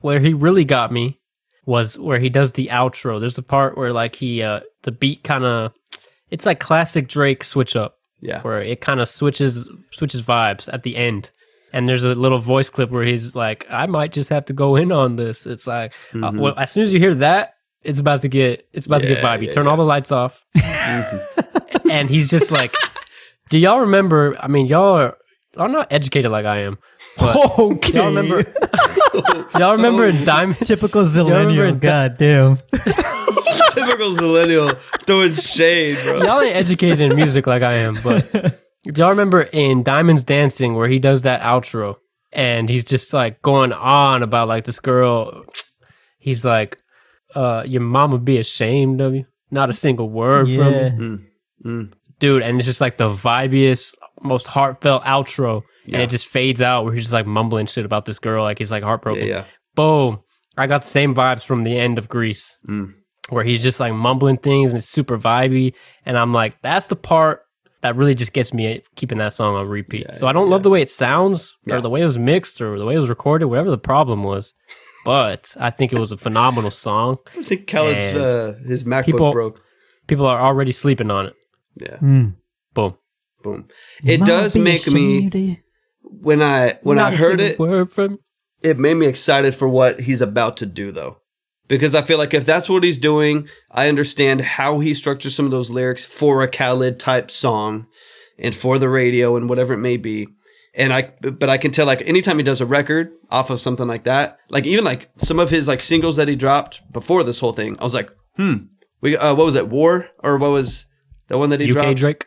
[SPEAKER 1] where he really got me was where he does the outro. There's a part where like he uh the beat kind of it's like classic Drake switch up.
[SPEAKER 3] yeah.
[SPEAKER 1] where it kind of switches switches vibes at the end. And there's a little voice clip where he's like, "I might just have to go in on this." It's like, uh, well, as soon as you hear that, it's about to get it's about to get
[SPEAKER 3] Mm-hmm. Yeah,
[SPEAKER 1] vibey.
[SPEAKER 3] yeah, Mm-hmm.
[SPEAKER 1] Turn all the lights off, and he's just like, "Do y'all remember? I mean, y'all are, are not educated like I am.
[SPEAKER 2] okay.
[SPEAKER 1] Y'all remember? y'all remember in Diamond?
[SPEAKER 2] Typical
[SPEAKER 1] remember
[SPEAKER 2] Zillennial. God damn.
[SPEAKER 3] Typical millennial throwing shade, bro.
[SPEAKER 1] Y'all ain't educated in music like I am, but do y'all remember in Diamonds Dancing where he does that outro and he's just like going on about like this girl? He's like, uh, "Your mama be ashamed of you. Not a single word from you."
[SPEAKER 2] Yeah.
[SPEAKER 1] dude, and it's just like the vibiest, most heartfelt outro,
[SPEAKER 3] Yeah.
[SPEAKER 1] and it just fades out where he's just like mumbling shit about this girl, like he's like heartbroken.
[SPEAKER 3] yeah.
[SPEAKER 1] Boom! I got the same vibes from the end of Grease,
[SPEAKER 3] Mm.
[SPEAKER 1] where he's just like mumbling things and it's super vibey, and I'm like, that's the part that really just gets me keeping that song on repeat.
[SPEAKER 3] Yeah,
[SPEAKER 1] so I don't love the way it sounds,
[SPEAKER 3] Yeah.
[SPEAKER 1] or the way it was mixed, or the way it was recorded, whatever the problem was. But I think it was a phenomenal song.
[SPEAKER 3] I think Khaled's
[SPEAKER 1] And
[SPEAKER 3] uh, his MacBook
[SPEAKER 1] people-
[SPEAKER 3] broke.
[SPEAKER 1] People are already sleeping on it.
[SPEAKER 3] Yeah,
[SPEAKER 2] Mm.
[SPEAKER 1] Boom.
[SPEAKER 3] boom. It does make me when I when I heard it,
[SPEAKER 1] Word from
[SPEAKER 3] it made me excited for what he's about to do though. Because I feel like if that's what he's doing, I understand how he structures some of those lyrics for a Khaled type song and for the radio and whatever it may be. And I but I can tell like anytime he does a record off of something like that, like even like some of his like singles that he dropped before this whole thing, I was like, hmm. We uh, what was it, War? Or what was the one that he
[SPEAKER 1] UK
[SPEAKER 3] dropped?
[SPEAKER 1] Drake.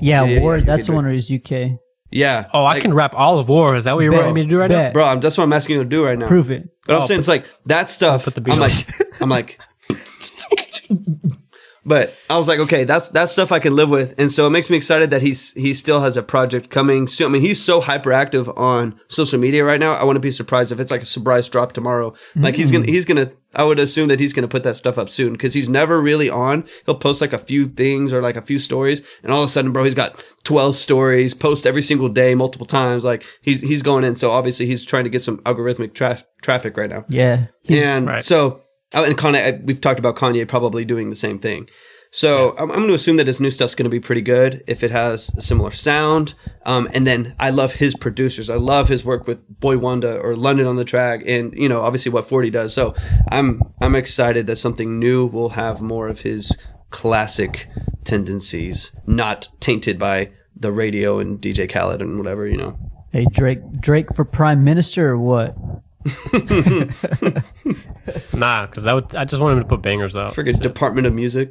[SPEAKER 2] Yeah,
[SPEAKER 3] Yeah, yeah,
[SPEAKER 2] Ward.
[SPEAKER 3] yeah,
[SPEAKER 2] that's the
[SPEAKER 3] you
[SPEAKER 2] one where he's UK.
[SPEAKER 3] Yeah.
[SPEAKER 1] Oh, I
[SPEAKER 3] Like,
[SPEAKER 1] can rap all of war. Is that what you're
[SPEAKER 2] Bet.
[SPEAKER 1] wanting me to do right
[SPEAKER 2] Bet.
[SPEAKER 3] Bro, I'm, that's what I'm asking you to do right now.
[SPEAKER 2] Prove it.
[SPEAKER 3] But I'm
[SPEAKER 1] Oh,
[SPEAKER 3] saying it's like that stuff.
[SPEAKER 1] put the beat
[SPEAKER 3] I'm
[SPEAKER 1] on.
[SPEAKER 3] like, I'm like, but I was like, okay, that's that's stuff I can live with, and so it makes me excited that he's he still has a project coming soon. I mean, he's so hyperactive on social media right now. I wouldn't be surprised if it's like a surprise drop tomorrow. Like he's gonna he's gonna. I would assume that he's gonna put that stuff up soon because he's never really on. He'll post like a few things or like a few stories, and all of a sudden, bro, he's got twelve stories, post every single day, multiple times. Like he's he's going in. So obviously, he's trying to get some algorithmic tra- traffic right now.
[SPEAKER 2] Yeah. He's-
[SPEAKER 3] And
[SPEAKER 1] Right.
[SPEAKER 3] so, oh, and Kanye, I- we've talked about Kanye probably doing the same thing. So I'm, I'm going to assume that his new stuff's going to be pretty good if it has a similar sound. Um, and then I love his producers. I love his work with Boy Wanda or London on the track, and you know, obviously what Forty does. So I'm I'm excited that something new will have more of his classic tendencies, not tainted by the radio and DJ Khaled and whatever you know.
[SPEAKER 2] Hey, Drake. Drake for prime minister or what?
[SPEAKER 1] now? Nah, because I would. I just want him to put bangers out.
[SPEAKER 3] Friggin' Department of Music.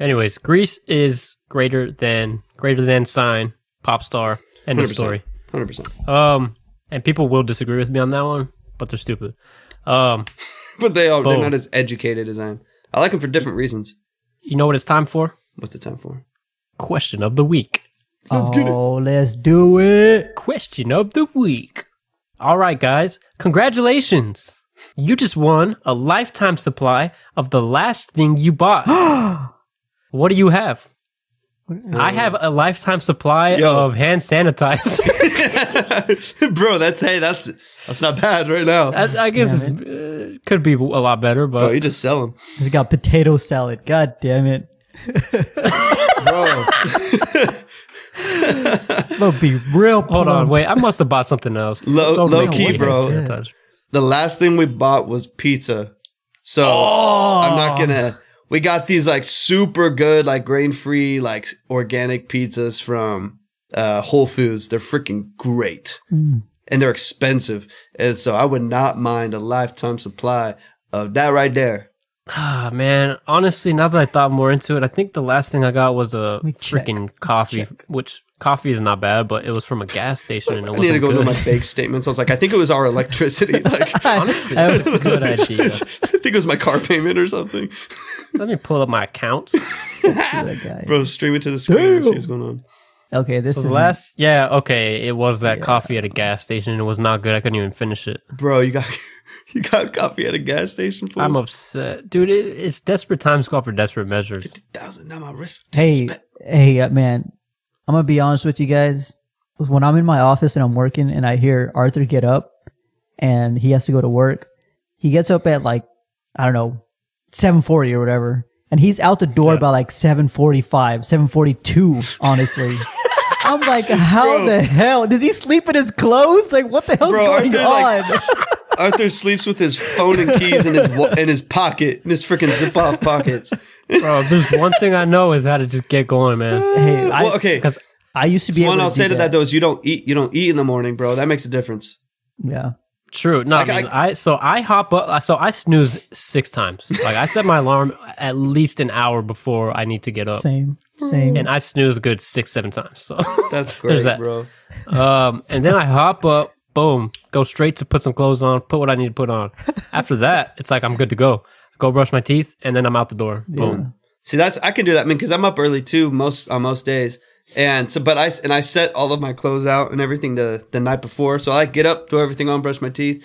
[SPEAKER 1] Anyways, Greece is greater than greater than sign pop star. End of story.
[SPEAKER 3] Hundred percent.
[SPEAKER 1] Um, and people will disagree with me on that one, but they're stupid. Um,
[SPEAKER 3] But they all they're
[SPEAKER 1] Boom.
[SPEAKER 3] not as educated as I am. I like them for different reasons.
[SPEAKER 1] you know what it's time for?
[SPEAKER 3] What's the time for?
[SPEAKER 1] Question of the week.
[SPEAKER 3] Let's
[SPEAKER 2] oh,
[SPEAKER 3] get it.
[SPEAKER 2] let's do it.
[SPEAKER 1] Question of the week. All right, guys, congratulations. You just won a lifetime supply of the last thing you bought. what do you have? I have a lifetime supply
[SPEAKER 3] Yo.
[SPEAKER 1] of hand sanitizer.
[SPEAKER 3] Bro, that's hey, that's Oh. that's not bad right now.
[SPEAKER 1] I, I guess it's, uh, could be a lot better, but
[SPEAKER 3] Bro, you just sell them.
[SPEAKER 2] He's got potato salad. God damn it.
[SPEAKER 3] Bro,
[SPEAKER 2] I'm gonna be real.
[SPEAKER 1] hold on,
[SPEAKER 2] plump.
[SPEAKER 1] wait. I must have bought something else.
[SPEAKER 3] Low-
[SPEAKER 1] Don't
[SPEAKER 3] low
[SPEAKER 1] make
[SPEAKER 3] key,
[SPEAKER 1] me hand
[SPEAKER 3] bro.
[SPEAKER 1] sanitizer.
[SPEAKER 3] the last thing we bought was pizza. So I'm not gonna we got these like super good, like grain free, like organic pizzas from uh Whole Foods. They're freaking great. And they're expensive. And so I would not mind a lifetime supply of that right there.
[SPEAKER 1] Ah, man. Honestly, now that I thought more into it, I think the last thing I got was a
[SPEAKER 2] me check.
[SPEAKER 1] freaking
[SPEAKER 2] Let's
[SPEAKER 1] coffee,
[SPEAKER 2] check.
[SPEAKER 1] which coffee is not bad, but it was from a gas station and it
[SPEAKER 3] I need
[SPEAKER 1] wasn't
[SPEAKER 3] to go
[SPEAKER 1] good.
[SPEAKER 3] to my bank statements. I was like, I think it was our electricity. Like,
[SPEAKER 1] Honestly,
[SPEAKER 2] That
[SPEAKER 1] a good idea.
[SPEAKER 3] I think it was my car payment or something.
[SPEAKER 1] Let me pull up my accounts.
[SPEAKER 2] That guy.
[SPEAKER 3] Bro, stream it to the screen and see what's going on.
[SPEAKER 2] Okay, this
[SPEAKER 1] So
[SPEAKER 2] is
[SPEAKER 1] the last, yeah, okay, it was that coffee at a gas station and it was not good. I couldn't even finish it.
[SPEAKER 3] Bro, you got you got coffee at a gas station for
[SPEAKER 1] I'm upset, dude. It, it's desperate times call for desperate measures.
[SPEAKER 3] thousand. Now my wrist.
[SPEAKER 2] Hey, hey, uh, man. I'm gonna be honest with you guys. When I'm in my office and I'm working, and I hear Arthur get up, and he has to go to work, he gets up at like I don't know, 7:40 or whatever, and he's out the door by like 7:45, 7:42. Honestly, I'm like, how
[SPEAKER 3] Bro.
[SPEAKER 2] the hell does he sleep in his clothes? Like, what the hell's
[SPEAKER 3] Bro,
[SPEAKER 2] going
[SPEAKER 3] Arthur,
[SPEAKER 2] on?
[SPEAKER 3] like, s- Arthur sleeps with his phone and keys in his wa- in his pocket in his freaking zip off pockets.
[SPEAKER 1] Bro, if there's one thing I know is how to just get going, man.
[SPEAKER 2] Hey,
[SPEAKER 3] well, okay.
[SPEAKER 1] Because
[SPEAKER 2] I used to be
[SPEAKER 3] One
[SPEAKER 2] able
[SPEAKER 3] I'll
[SPEAKER 2] to
[SPEAKER 3] say
[SPEAKER 2] do
[SPEAKER 3] to that though is you don't eat you don't eat in the morning, bro. That makes a difference.
[SPEAKER 2] Yeah.
[SPEAKER 1] true, no,
[SPEAKER 3] Like,
[SPEAKER 1] I, mean, I, so I hop up, so I snooze six times. Like I set my alarm at least an hour before I need to get up,
[SPEAKER 2] Same. Same.
[SPEAKER 1] and I snooze a good six, seven times. So,
[SPEAKER 3] That's great,
[SPEAKER 1] There's that.
[SPEAKER 3] bro.
[SPEAKER 1] um, and then I hop up, boom, go straight to put some clothes on, put what I need to put on. After that, it's like I'm good to go. Go brush my teeth, and then I'm out the door. Boom.
[SPEAKER 3] See, that's I can do that. I mean, because I'm up early too most on most days, and so but I and I set all of my clothes out and everything the the night before. So I like, get up, throw everything on, brush my teeth,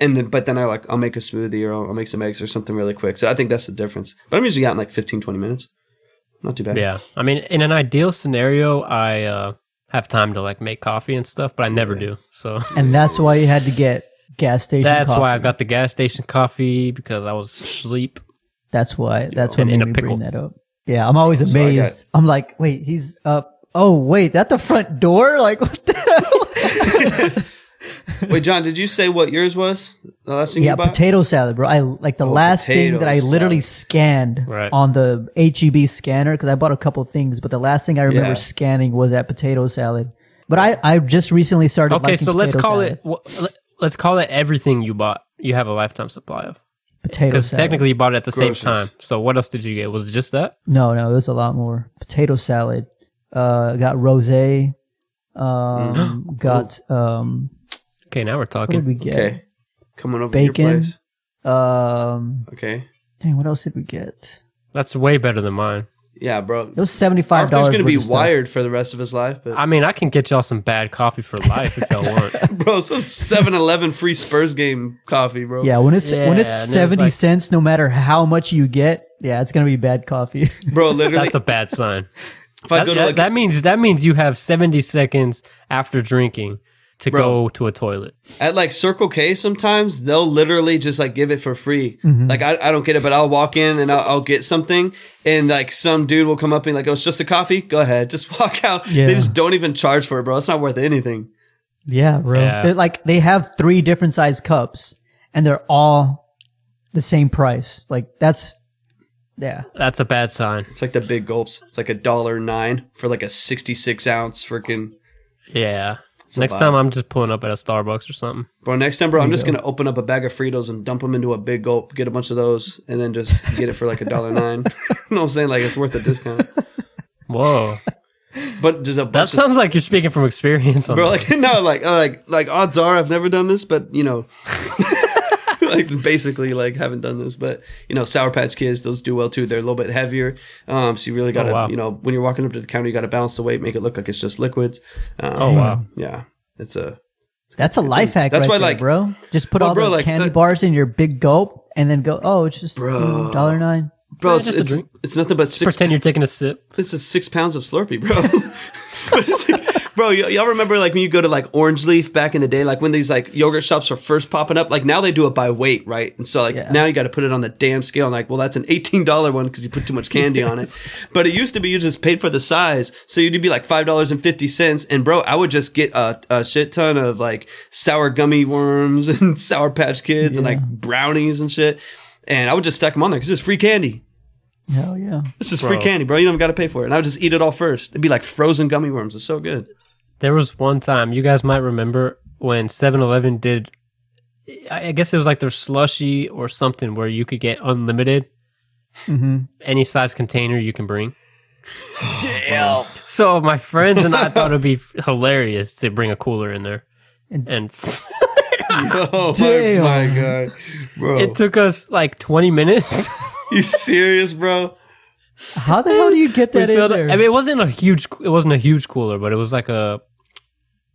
[SPEAKER 3] and then but then I like I'll make a smoothie or I'll, I'll make some eggs or something really quick. So I think that's the difference. But I'm usually out in like 15, 20 minutes. Not too bad.
[SPEAKER 1] Yeah. I mean, in an ideal scenario, I uh, have time to like make coffee and stuff, but I never do. So
[SPEAKER 2] And that's why you had to get gas station.
[SPEAKER 1] that's
[SPEAKER 2] coffee.
[SPEAKER 1] why I got the gas station coffee because I was asleep.
[SPEAKER 2] That's why. That's what
[SPEAKER 1] And in
[SPEAKER 2] made
[SPEAKER 1] a
[SPEAKER 2] me bring
[SPEAKER 1] pickle.
[SPEAKER 2] that up. Yeah, I'm always
[SPEAKER 3] I got-
[SPEAKER 2] amazed. I'm like, wait, he's up. Oh wait, that the front door? Like what the hell?
[SPEAKER 3] Wait, John, did you say what yours was? The last thing
[SPEAKER 2] yeah,
[SPEAKER 3] you bought?
[SPEAKER 2] potato salad, bro. I like the
[SPEAKER 3] Oh,
[SPEAKER 2] last thing
[SPEAKER 3] potato
[SPEAKER 2] that I literally
[SPEAKER 3] salad.
[SPEAKER 2] scanned
[SPEAKER 1] Right.
[SPEAKER 2] on the HEB scanner because I bought a couple things, but the last thing I remember
[SPEAKER 3] Yeah.
[SPEAKER 2] scanning was that potato salad. But I, I just recently started.
[SPEAKER 1] Okay,
[SPEAKER 2] liking
[SPEAKER 1] so let's
[SPEAKER 2] potato
[SPEAKER 1] call
[SPEAKER 2] salad.
[SPEAKER 1] it wh- le- let's call it everything you bought. You have a lifetime supply of
[SPEAKER 2] potato
[SPEAKER 1] because
[SPEAKER 2] salad.
[SPEAKER 1] technically you bought it at the same
[SPEAKER 3] Groceries.
[SPEAKER 1] time. So what else did you get? Was it just that?
[SPEAKER 2] No, no, there's a lot more. Potato salad. Uh, got rosé. Um, got um,
[SPEAKER 1] Okay, now we're
[SPEAKER 2] what did
[SPEAKER 1] talking.
[SPEAKER 2] we get?
[SPEAKER 3] Okay. Coming over to
[SPEAKER 2] Bacon.
[SPEAKER 3] your place.
[SPEAKER 2] Um,
[SPEAKER 3] Okay.
[SPEAKER 2] dang, what else did we get?
[SPEAKER 1] That's way better than mine.
[SPEAKER 3] Yeah, bro.
[SPEAKER 2] It was seventy five
[SPEAKER 3] Arthur's
[SPEAKER 2] dollars.
[SPEAKER 3] gonna be wired for the rest of his life, but
[SPEAKER 1] I mean, I can get y'all some bad coffee for life if y'all want.
[SPEAKER 3] bro, some 7-Eleven free Spurs game coffee, bro.
[SPEAKER 2] Yeah, when it's when
[SPEAKER 1] Yeah, and
[SPEAKER 2] it's
[SPEAKER 1] it's
[SPEAKER 2] seventy
[SPEAKER 1] like-
[SPEAKER 2] cents, no matter how much you get, yeah, it's gonna be bad coffee.
[SPEAKER 3] bro. Literally,
[SPEAKER 1] That's a bad sign.
[SPEAKER 3] if I
[SPEAKER 1] That,
[SPEAKER 3] go to
[SPEAKER 1] that-
[SPEAKER 3] like,
[SPEAKER 1] that means that means you have 70 seconds after drinking to
[SPEAKER 3] Bro.
[SPEAKER 1] go to a toilet.
[SPEAKER 3] at like Circle K, sometimes they'll literally just like give it for free.
[SPEAKER 1] Mm-hmm.
[SPEAKER 2] Mhm.
[SPEAKER 3] Like I, I don't get it, but I'll walk in and I'll, I'll get something, and like some dude will come up and like, oh, it's just a coffee. Go ahead, just walk out.
[SPEAKER 2] Yeah.
[SPEAKER 3] They just don't even charge for it, bro. It's not worth anything.
[SPEAKER 2] yeah, bro.
[SPEAKER 1] Yeah.
[SPEAKER 2] They're like they have three different size cups, and they're all the same price. Like that's yeah.
[SPEAKER 1] That's a bad sign.
[SPEAKER 3] It's like the big gulps. It's like a dollar nine for like a sixty-six ounce freaking.
[SPEAKER 1] Yeah.
[SPEAKER 3] a
[SPEAKER 1] Next
[SPEAKER 3] vibe.
[SPEAKER 1] time I'm just pulling up at a Starbucks or something.
[SPEAKER 3] Bro, next time, bro, I'm just gonna open up a bag of Fritos and dump them into a big gulp, get a bunch of those, and then just get it for like a dollar nine. you know what I'm saying? Like it's worth a discount.
[SPEAKER 1] Whoa.
[SPEAKER 3] But just a bunch
[SPEAKER 1] That
[SPEAKER 3] of-
[SPEAKER 1] sounds like you're speaking from experience. On
[SPEAKER 3] bro,
[SPEAKER 1] that.
[SPEAKER 3] like no, like uh, like like odds are I've never done this, but you know, like basically like haven't done this, but you know, Sour Patch Kids, those do well too. They're a little bit heavier, um, so you really gotta,
[SPEAKER 1] Oh, wow.
[SPEAKER 3] you know, when you're walking up to the counter, you gotta balance the weight, make it look like it's just liquids. Um,
[SPEAKER 1] oh, wow.
[SPEAKER 3] yeah, it's a
[SPEAKER 2] That's a life hack.
[SPEAKER 3] That's
[SPEAKER 2] right
[SPEAKER 3] why,
[SPEAKER 2] there,
[SPEAKER 3] like-
[SPEAKER 2] bro, just put
[SPEAKER 3] Well,
[SPEAKER 2] all
[SPEAKER 3] bro,
[SPEAKER 2] the
[SPEAKER 3] like,
[SPEAKER 2] candy
[SPEAKER 3] the-
[SPEAKER 2] bars in your big gulp, and then go. Oh, it's just
[SPEAKER 3] Bro.
[SPEAKER 2] dollar nine.
[SPEAKER 3] bro,
[SPEAKER 1] Yeah,
[SPEAKER 3] it's,
[SPEAKER 1] just a
[SPEAKER 3] it's,
[SPEAKER 1] drink.
[SPEAKER 3] it's nothing but six
[SPEAKER 1] Pretend you're taking a sip.
[SPEAKER 3] It's just six pounds of Slurpee, bro. It's like- bro, y- y'all remember like when you go to like Orange Leaf back in the day, like when these like yogurt shops were first popping up. Like now they do it by weight, right? And so like
[SPEAKER 2] Yeah.
[SPEAKER 3] now you got to put it on the damn scale. And like, well, that's an eighteen dollar one because you put too much candy on it. But it used to be you just paid for the size, so you'd be like five dollars and fifty cents. And bro, I would just get a, a shit ton of like sour gummy worms and Sour Patch Kids and like brownies and shit. And I would just stack them on there because it's free candy.
[SPEAKER 2] Hell yeah.
[SPEAKER 3] This is
[SPEAKER 1] Bro.
[SPEAKER 3] free candy, bro. You don't got to pay for it. And I would just eat it all first. It'd be like frozen gummy worms. It's so good.
[SPEAKER 1] There was one time, you guys might remember when 7 Eleven did, I I guess it was like their slushy or something where you could get unlimited,
[SPEAKER 2] Mm-hmm.
[SPEAKER 1] any size container you can bring. Damn. So my friends and I thought it'd be hilarious to bring a cooler in there.
[SPEAKER 2] And-
[SPEAKER 1] And
[SPEAKER 3] Oh
[SPEAKER 2] Damn.
[SPEAKER 3] my, my god, bro.
[SPEAKER 1] it took us like 20 minutes.
[SPEAKER 3] you serious, bro?
[SPEAKER 2] How the hell do you get
[SPEAKER 1] we
[SPEAKER 2] that in
[SPEAKER 1] filled it.
[SPEAKER 2] there?
[SPEAKER 1] I mean, it wasn't a huge. It wasn't a huge cooler, but it was like a.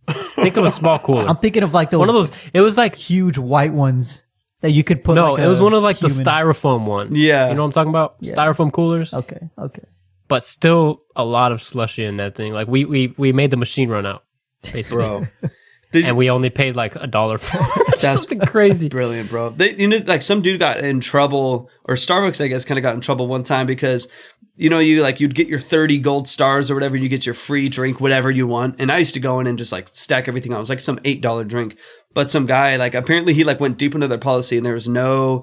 [SPEAKER 1] Think of a small cooler.
[SPEAKER 2] I'm thinking of like the
[SPEAKER 1] one of those. It was like
[SPEAKER 2] huge white ones that you could put.
[SPEAKER 1] no.
[SPEAKER 2] like
[SPEAKER 1] it was
[SPEAKER 2] a
[SPEAKER 1] one of like the
[SPEAKER 2] human-
[SPEAKER 1] styrofoam one.
[SPEAKER 3] Yeah.
[SPEAKER 1] you know what I'm talking about.
[SPEAKER 2] Yeah.
[SPEAKER 1] Styrofoam coolers,
[SPEAKER 2] Okay, okay.
[SPEAKER 1] but still a lot of slushy in that thing. Like we we we made the machine run out, basically,
[SPEAKER 3] Bro, Did
[SPEAKER 1] and
[SPEAKER 3] you-
[SPEAKER 1] we only paid like a dollar for it.
[SPEAKER 3] That's-
[SPEAKER 1] something crazy.
[SPEAKER 3] brilliant, bro. They, you know, like some dude got in trouble, or Starbucks, I guess, kind of got in trouble one time because, you know, you like you'd get your thirty gold stars or whatever, you get your free drink, whatever you want. And I used to go in and just like stack everything on. It was like some eight dollar drink, but some guy like apparently he like went deep into their policy and there was no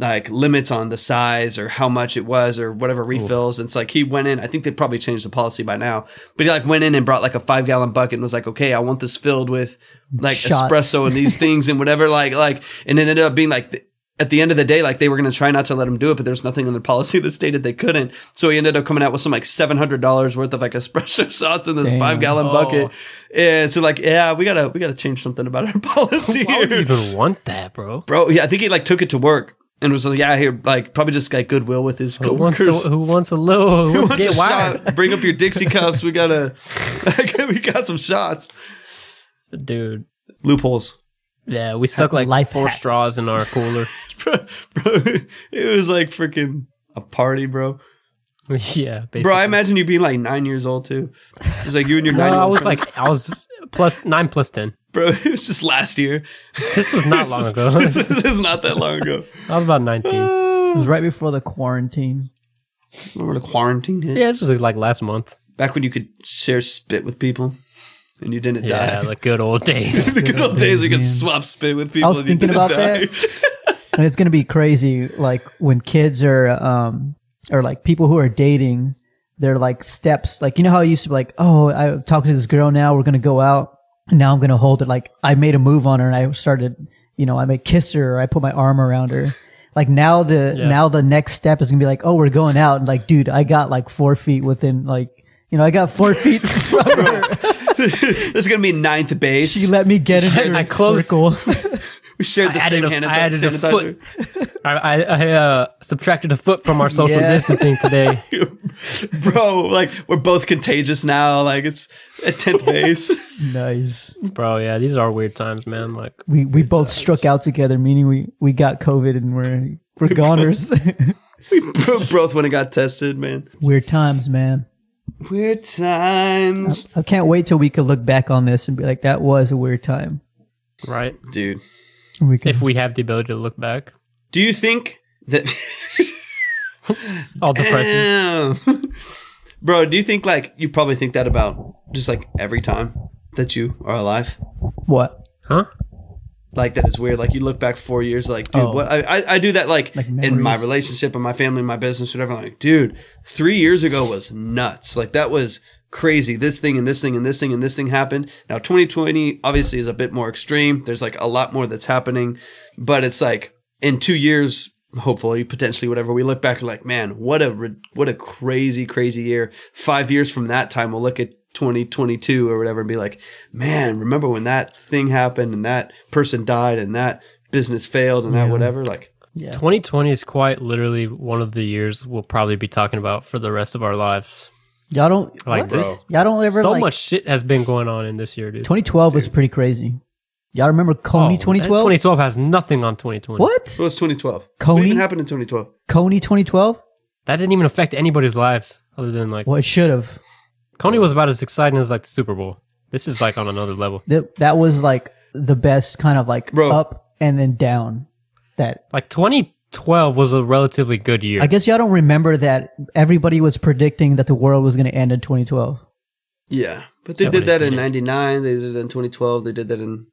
[SPEAKER 3] like limits on the size or how much it was or whatever refills. And it's like he went in, I think they probably changed the policy by now, but he like went in and brought like a five gallon bucket and was like, okay, I want this filled with like
[SPEAKER 2] Shots.
[SPEAKER 3] espresso and these things and whatever. Like, like, and it ended up being like, th- at the end of the day, like they were going to try not to let him do it, but there's nothing in their policy that stated they couldn't. So he ended up coming out with some like $700 worth of like espresso shots in this
[SPEAKER 2] Damn.
[SPEAKER 3] five gallon
[SPEAKER 1] Oh.
[SPEAKER 3] bucket. And so like, yeah, we gotta, we gotta change something about our policy
[SPEAKER 1] Why would you
[SPEAKER 3] here.
[SPEAKER 1] even want that, bro?
[SPEAKER 3] Bro, yeah, I think he like took it to work and was like, yeah, here, like probably just got goodwill with his
[SPEAKER 1] Who wants,
[SPEAKER 3] coworkers.
[SPEAKER 1] to, who wants a little? Who, wants to
[SPEAKER 3] Who wants a
[SPEAKER 1] get wired?
[SPEAKER 3] shot? Bring up your Dixie cups. We got a, we got some shots.
[SPEAKER 1] Dude.
[SPEAKER 3] Loopholes.
[SPEAKER 1] Yeah, we stuck like
[SPEAKER 2] Life
[SPEAKER 1] four
[SPEAKER 2] hacks.
[SPEAKER 1] straws in our cooler.
[SPEAKER 3] Bro, bro, it was like freaking a party, bro.
[SPEAKER 1] yeah, basically.
[SPEAKER 3] Bro, I imagine you being like nine years old too. Just like you and your
[SPEAKER 1] No,
[SPEAKER 3] nine.
[SPEAKER 1] I was like, I was plus nine plus ten.
[SPEAKER 3] bro, it was just last year.
[SPEAKER 1] This was not
[SPEAKER 3] This
[SPEAKER 1] long
[SPEAKER 3] is-
[SPEAKER 1] ago.
[SPEAKER 3] this is not that long ago.
[SPEAKER 1] I was about nineteen.
[SPEAKER 2] It was right before the quarantine.
[SPEAKER 3] Remember the quarantine hit?
[SPEAKER 1] Yeah, this was like last month.
[SPEAKER 3] Back when you could share spit with people and you didn't
[SPEAKER 1] Yeah,
[SPEAKER 3] die.
[SPEAKER 1] the good old days.
[SPEAKER 3] the good old days, we could
[SPEAKER 2] man.
[SPEAKER 3] swap spit with people.
[SPEAKER 2] was
[SPEAKER 3] and you
[SPEAKER 2] thinking
[SPEAKER 3] didn't
[SPEAKER 2] about
[SPEAKER 3] die.
[SPEAKER 2] And it's gonna be crazy, like when kids are um or like people who are dating, they're like steps. Like you know how I used to be like, oh, I'm talking to this girl now. We're gonna go out. And now I'm gonna hold it. Like I made a move on her, and I started, you know, I may kiss her, or I put my arm around her. Like now the
[SPEAKER 1] Yeah.
[SPEAKER 2] now the next step is gonna be like, oh, we're going out, and like, dude, I got like four feet within like. You know, I got four feet from her.
[SPEAKER 3] this is gonna be ninth base.
[SPEAKER 2] She let me get in her
[SPEAKER 1] I closed-
[SPEAKER 2] circle.
[SPEAKER 3] we shared the
[SPEAKER 1] I added
[SPEAKER 3] same
[SPEAKER 1] a-
[SPEAKER 3] hand
[SPEAKER 1] I added a
[SPEAKER 3] sanitizer.
[SPEAKER 1] I, I, I uh, subtracted a foot from our social
[SPEAKER 2] Yeah.
[SPEAKER 1] distancing today.
[SPEAKER 3] Bro, like we're both contagious now. Like it's at tenth base.
[SPEAKER 2] nice.
[SPEAKER 1] Bro, yeah, these are weird times, man. Like,
[SPEAKER 2] we we both struck out together, meaning we we got COVID and we're we're goners.
[SPEAKER 3] we bro- both went and got tested, man.
[SPEAKER 2] Weird times, man.
[SPEAKER 3] Weird times,
[SPEAKER 2] I can't wait till we could look back on this and be like, that was a weird time.
[SPEAKER 1] right?
[SPEAKER 3] dude.
[SPEAKER 2] And We could,
[SPEAKER 1] If we have the ability to look back,
[SPEAKER 3] Do you think that?
[SPEAKER 1] all depressing.
[SPEAKER 3] Damn. Bro, do you think like you probably think that about just like every time that you are alive?
[SPEAKER 2] what?
[SPEAKER 1] Huh?
[SPEAKER 3] Like that is weird. Like you look back four years, like dude,
[SPEAKER 2] Oh.
[SPEAKER 3] what? I, I I do that like,
[SPEAKER 2] Like
[SPEAKER 3] in my
[SPEAKER 2] memories.
[SPEAKER 3] relationship and my family, my business, whatever. like, dude, three years ago was nuts. Like that was crazy. This thing and this thing and this thing and this thing happened. Now 2020 obviously is a bit more extreme. There's like a lot more that's happening, but it's like in two years, hopefully, potentially, whatever. We look back and like, man, what a rid- what a crazy, crazy year. Five years from that time, we'll look at 2022 or whatever and be like, man, remember when that thing happened and that person died and that business failed and that whatever. Like,
[SPEAKER 1] 2020 is quite literally one of the years we'll probably be talking about for the rest of our lives.
[SPEAKER 2] Y'all don't
[SPEAKER 1] Like
[SPEAKER 2] what?
[SPEAKER 1] this,
[SPEAKER 2] Y'all don't ever
[SPEAKER 1] so
[SPEAKER 2] like,
[SPEAKER 1] much shit has been going on in this year, dude.
[SPEAKER 2] 2012 was pretty crazy. Y'all remember
[SPEAKER 1] Oh,
[SPEAKER 2] Coney
[SPEAKER 1] man,
[SPEAKER 2] 2012?
[SPEAKER 1] 2012 has nothing on 2020.
[SPEAKER 2] What?
[SPEAKER 3] It was 2012.
[SPEAKER 2] Coney?
[SPEAKER 3] What even happened in 2012?
[SPEAKER 2] Coney 2012?
[SPEAKER 1] That didn't even affect anybody's lives other than like
[SPEAKER 2] Well, it should have.
[SPEAKER 1] Coney was about as exciting as like the Super Bowl. This is like on another level.
[SPEAKER 2] That, that was like the best kind of like
[SPEAKER 3] Bro.
[SPEAKER 2] up and then down. That
[SPEAKER 1] Like 2012 was a relatively good year.
[SPEAKER 2] I guess y'all don't remember that everybody was predicting that the world was going to end in 2012.
[SPEAKER 3] Yeah, but they
[SPEAKER 1] Nobody
[SPEAKER 3] did that in
[SPEAKER 1] did.
[SPEAKER 3] '99. They did it in 2012. They did that in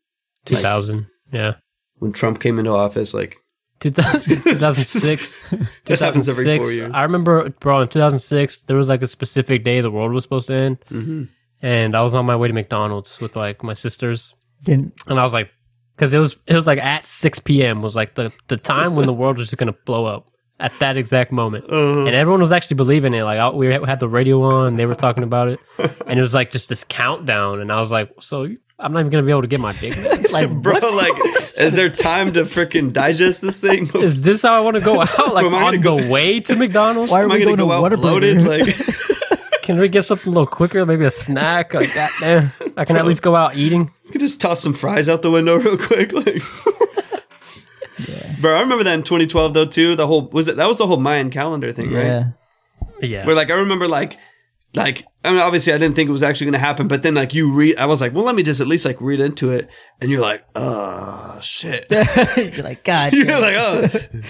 [SPEAKER 1] 2000. yeah.
[SPEAKER 3] when Trump came into office. Like,
[SPEAKER 1] 2000, 2006
[SPEAKER 3] That happens every four
[SPEAKER 1] 2006
[SPEAKER 3] years.
[SPEAKER 1] i remember bro in 2006 there was like a specific day the world was supposed to end
[SPEAKER 3] Mm-hmm.
[SPEAKER 1] and i was on my way to mcdonald's with like my sisters
[SPEAKER 2] Didn't
[SPEAKER 1] and i was like because it was it was like at 6 p.m was like the, the time when the world was just gonna blow up at that exact moment
[SPEAKER 3] uh,
[SPEAKER 1] and everyone was actually believing it like I, we had the radio on they were talking about it and it was like just this countdown and i was like so you- i'm not even gonna be able to get my big mac like
[SPEAKER 3] bro, like, is there time to freaking digest this thing?
[SPEAKER 1] is this how i want to go out like
[SPEAKER 3] Am I gonna
[SPEAKER 1] on
[SPEAKER 3] go-
[SPEAKER 1] the way to mcdonald's
[SPEAKER 2] why are
[SPEAKER 3] Am I
[SPEAKER 2] we
[SPEAKER 3] gonna
[SPEAKER 2] going to
[SPEAKER 3] go out
[SPEAKER 2] Whataburger?
[SPEAKER 3] bloated? Like,
[SPEAKER 1] Can we get something a little quicker? Maybe a snack like that. There, I can at least go out eating.
[SPEAKER 3] can just toss some fries out the window real quick, like. Bro, I remember that in 2012 though too. The whole was that that was the whole Mayan calendar thing, right?
[SPEAKER 2] yeah,
[SPEAKER 1] Yeah,
[SPEAKER 3] Where like I remember like like I mean obviously I didn't think it was actually gonna happen, but then like you read I was like, well let me just at least like read into it and you're like, oh shit.
[SPEAKER 2] you're like God.
[SPEAKER 3] You're like, oh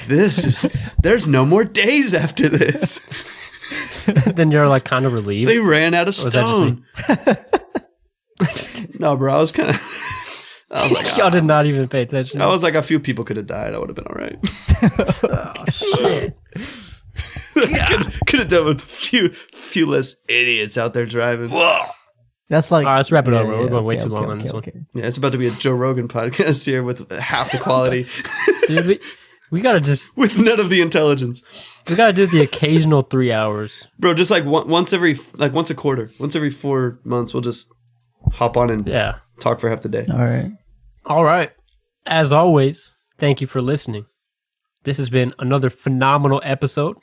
[SPEAKER 3] this is there's no more days after this.
[SPEAKER 1] then you're like kind of relieved.
[SPEAKER 3] They ran out of
[SPEAKER 1] that just
[SPEAKER 3] stone. no, bro, I was kinda I was like,
[SPEAKER 1] Y'all did not even pay attention.
[SPEAKER 3] I was like a few people could have died, I would have been alright.
[SPEAKER 1] Oh, shit.
[SPEAKER 3] could have done with a few few less idiots out there driving.
[SPEAKER 2] That's like
[SPEAKER 1] All right, let's wrap it
[SPEAKER 2] Yeah,
[SPEAKER 1] up. bro.
[SPEAKER 2] yeah,
[SPEAKER 1] We're going way
[SPEAKER 2] okay,
[SPEAKER 1] too long
[SPEAKER 2] okay,
[SPEAKER 1] on this
[SPEAKER 2] okay, okay.
[SPEAKER 3] Yeah, it's about to be a Joe Rogan podcast here with half the quality,
[SPEAKER 1] one. Dude, we, we gotta just
[SPEAKER 3] with none of the intelligence.
[SPEAKER 1] we gotta do the occasional three hours.
[SPEAKER 3] Bro, just like on- once every like once a quarter, once every four months, we'll just hop on and
[SPEAKER 1] Yeah.
[SPEAKER 3] talk for half the day.
[SPEAKER 2] All right.
[SPEAKER 1] All right. As always, thank you for listening. This has been another phenomenal episode.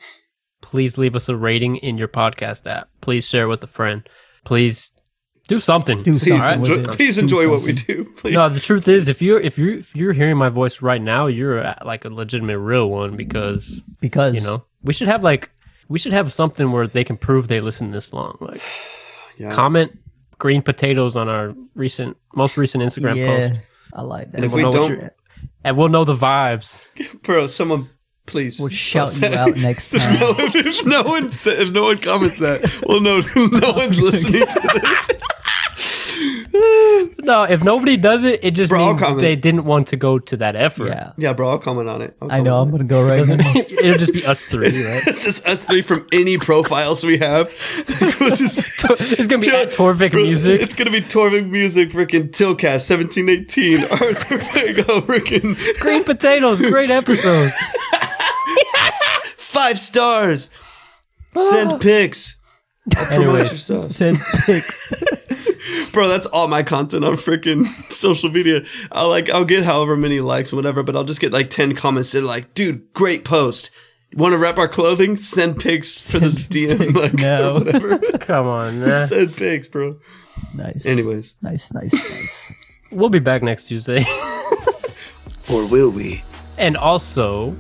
[SPEAKER 1] Please leave us a rating in your podcast app. Please share with a friend. Please do something.
[SPEAKER 2] Do
[SPEAKER 3] Please
[SPEAKER 2] something with
[SPEAKER 3] enjoy,
[SPEAKER 2] it.
[SPEAKER 3] please
[SPEAKER 2] Do
[SPEAKER 3] enjoy what
[SPEAKER 2] something.
[SPEAKER 3] we do. Please.
[SPEAKER 1] No, the truth is, if you're if you if you're hearing my voice right now, you're uh, like a legitimate real one because
[SPEAKER 2] because
[SPEAKER 1] you know we should have like we should have something where they can prove they listen this long. Like
[SPEAKER 3] Yeah.
[SPEAKER 1] comment green potatoes on our recent most recent Instagram
[SPEAKER 2] yeah,
[SPEAKER 1] post,
[SPEAKER 2] I like that.
[SPEAKER 3] And if we
[SPEAKER 1] We'll know what
[SPEAKER 3] don't,
[SPEAKER 2] you're-
[SPEAKER 1] and we'll know the vibes.
[SPEAKER 3] bro, someone please.
[SPEAKER 2] We'll
[SPEAKER 3] post
[SPEAKER 2] shout you
[SPEAKER 3] that.
[SPEAKER 2] out next
[SPEAKER 3] There's
[SPEAKER 2] time.
[SPEAKER 3] no- if no one sa- if no one comments that, we'll know no one's listening to this.
[SPEAKER 1] No, if nobody does it, it just
[SPEAKER 3] Bro, I'll
[SPEAKER 1] means
[SPEAKER 3] comment.
[SPEAKER 1] they didn't want to go to that effort.
[SPEAKER 2] yeah,
[SPEAKER 3] Yeah, bro, I'll comment on it. I'll
[SPEAKER 2] I
[SPEAKER 3] comment
[SPEAKER 2] know. I'm
[SPEAKER 3] on it.
[SPEAKER 2] gonna go right
[SPEAKER 1] Doesn't-
[SPEAKER 2] now.
[SPEAKER 1] it'll just be us three, right?
[SPEAKER 3] It's just us three from any profiles we have. It's just-
[SPEAKER 1] It's gonna be
[SPEAKER 3] Tor-
[SPEAKER 1] at Torvik
[SPEAKER 3] bro,
[SPEAKER 1] Music.
[SPEAKER 3] It's gonna be Torvik Music, freaking Tilcast, seventeen eighteen. Arthur Vega, freaking
[SPEAKER 1] Green potatoes, great episode.
[SPEAKER 3] five stars. Send pics,
[SPEAKER 1] Anyways,
[SPEAKER 2] Send pics.
[SPEAKER 3] bro. That's all my content on freaking social media. I'll like, I'll get however many likes, whatever, but I'll just get like ten comments that are like, "Dude, great post. Want to wrap our clothing? Send pics for this DM. like,
[SPEAKER 2] now.
[SPEAKER 3] whatever.
[SPEAKER 1] come on. nah.
[SPEAKER 3] Send pics, bro.
[SPEAKER 2] Nice.
[SPEAKER 3] Anyways,
[SPEAKER 2] Nice, nice, nice.
[SPEAKER 1] We'll be back next Tuesday.
[SPEAKER 3] or will we?
[SPEAKER 1] and also,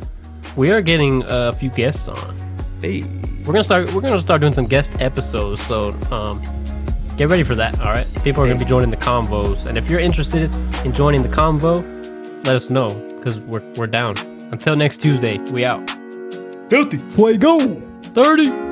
[SPEAKER 1] we are getting a few guests on.
[SPEAKER 3] Hey,
[SPEAKER 1] We're gonna start. We're gonna start doing some guest episodes. So, um, get ready for that. All right, people are gonna be joining the convos, and if you're interested in joining the convo, let us know because we're we're down. Until next Tuesday, we out.
[SPEAKER 3] filthy.
[SPEAKER 2] Fuego.
[SPEAKER 1] Thirty.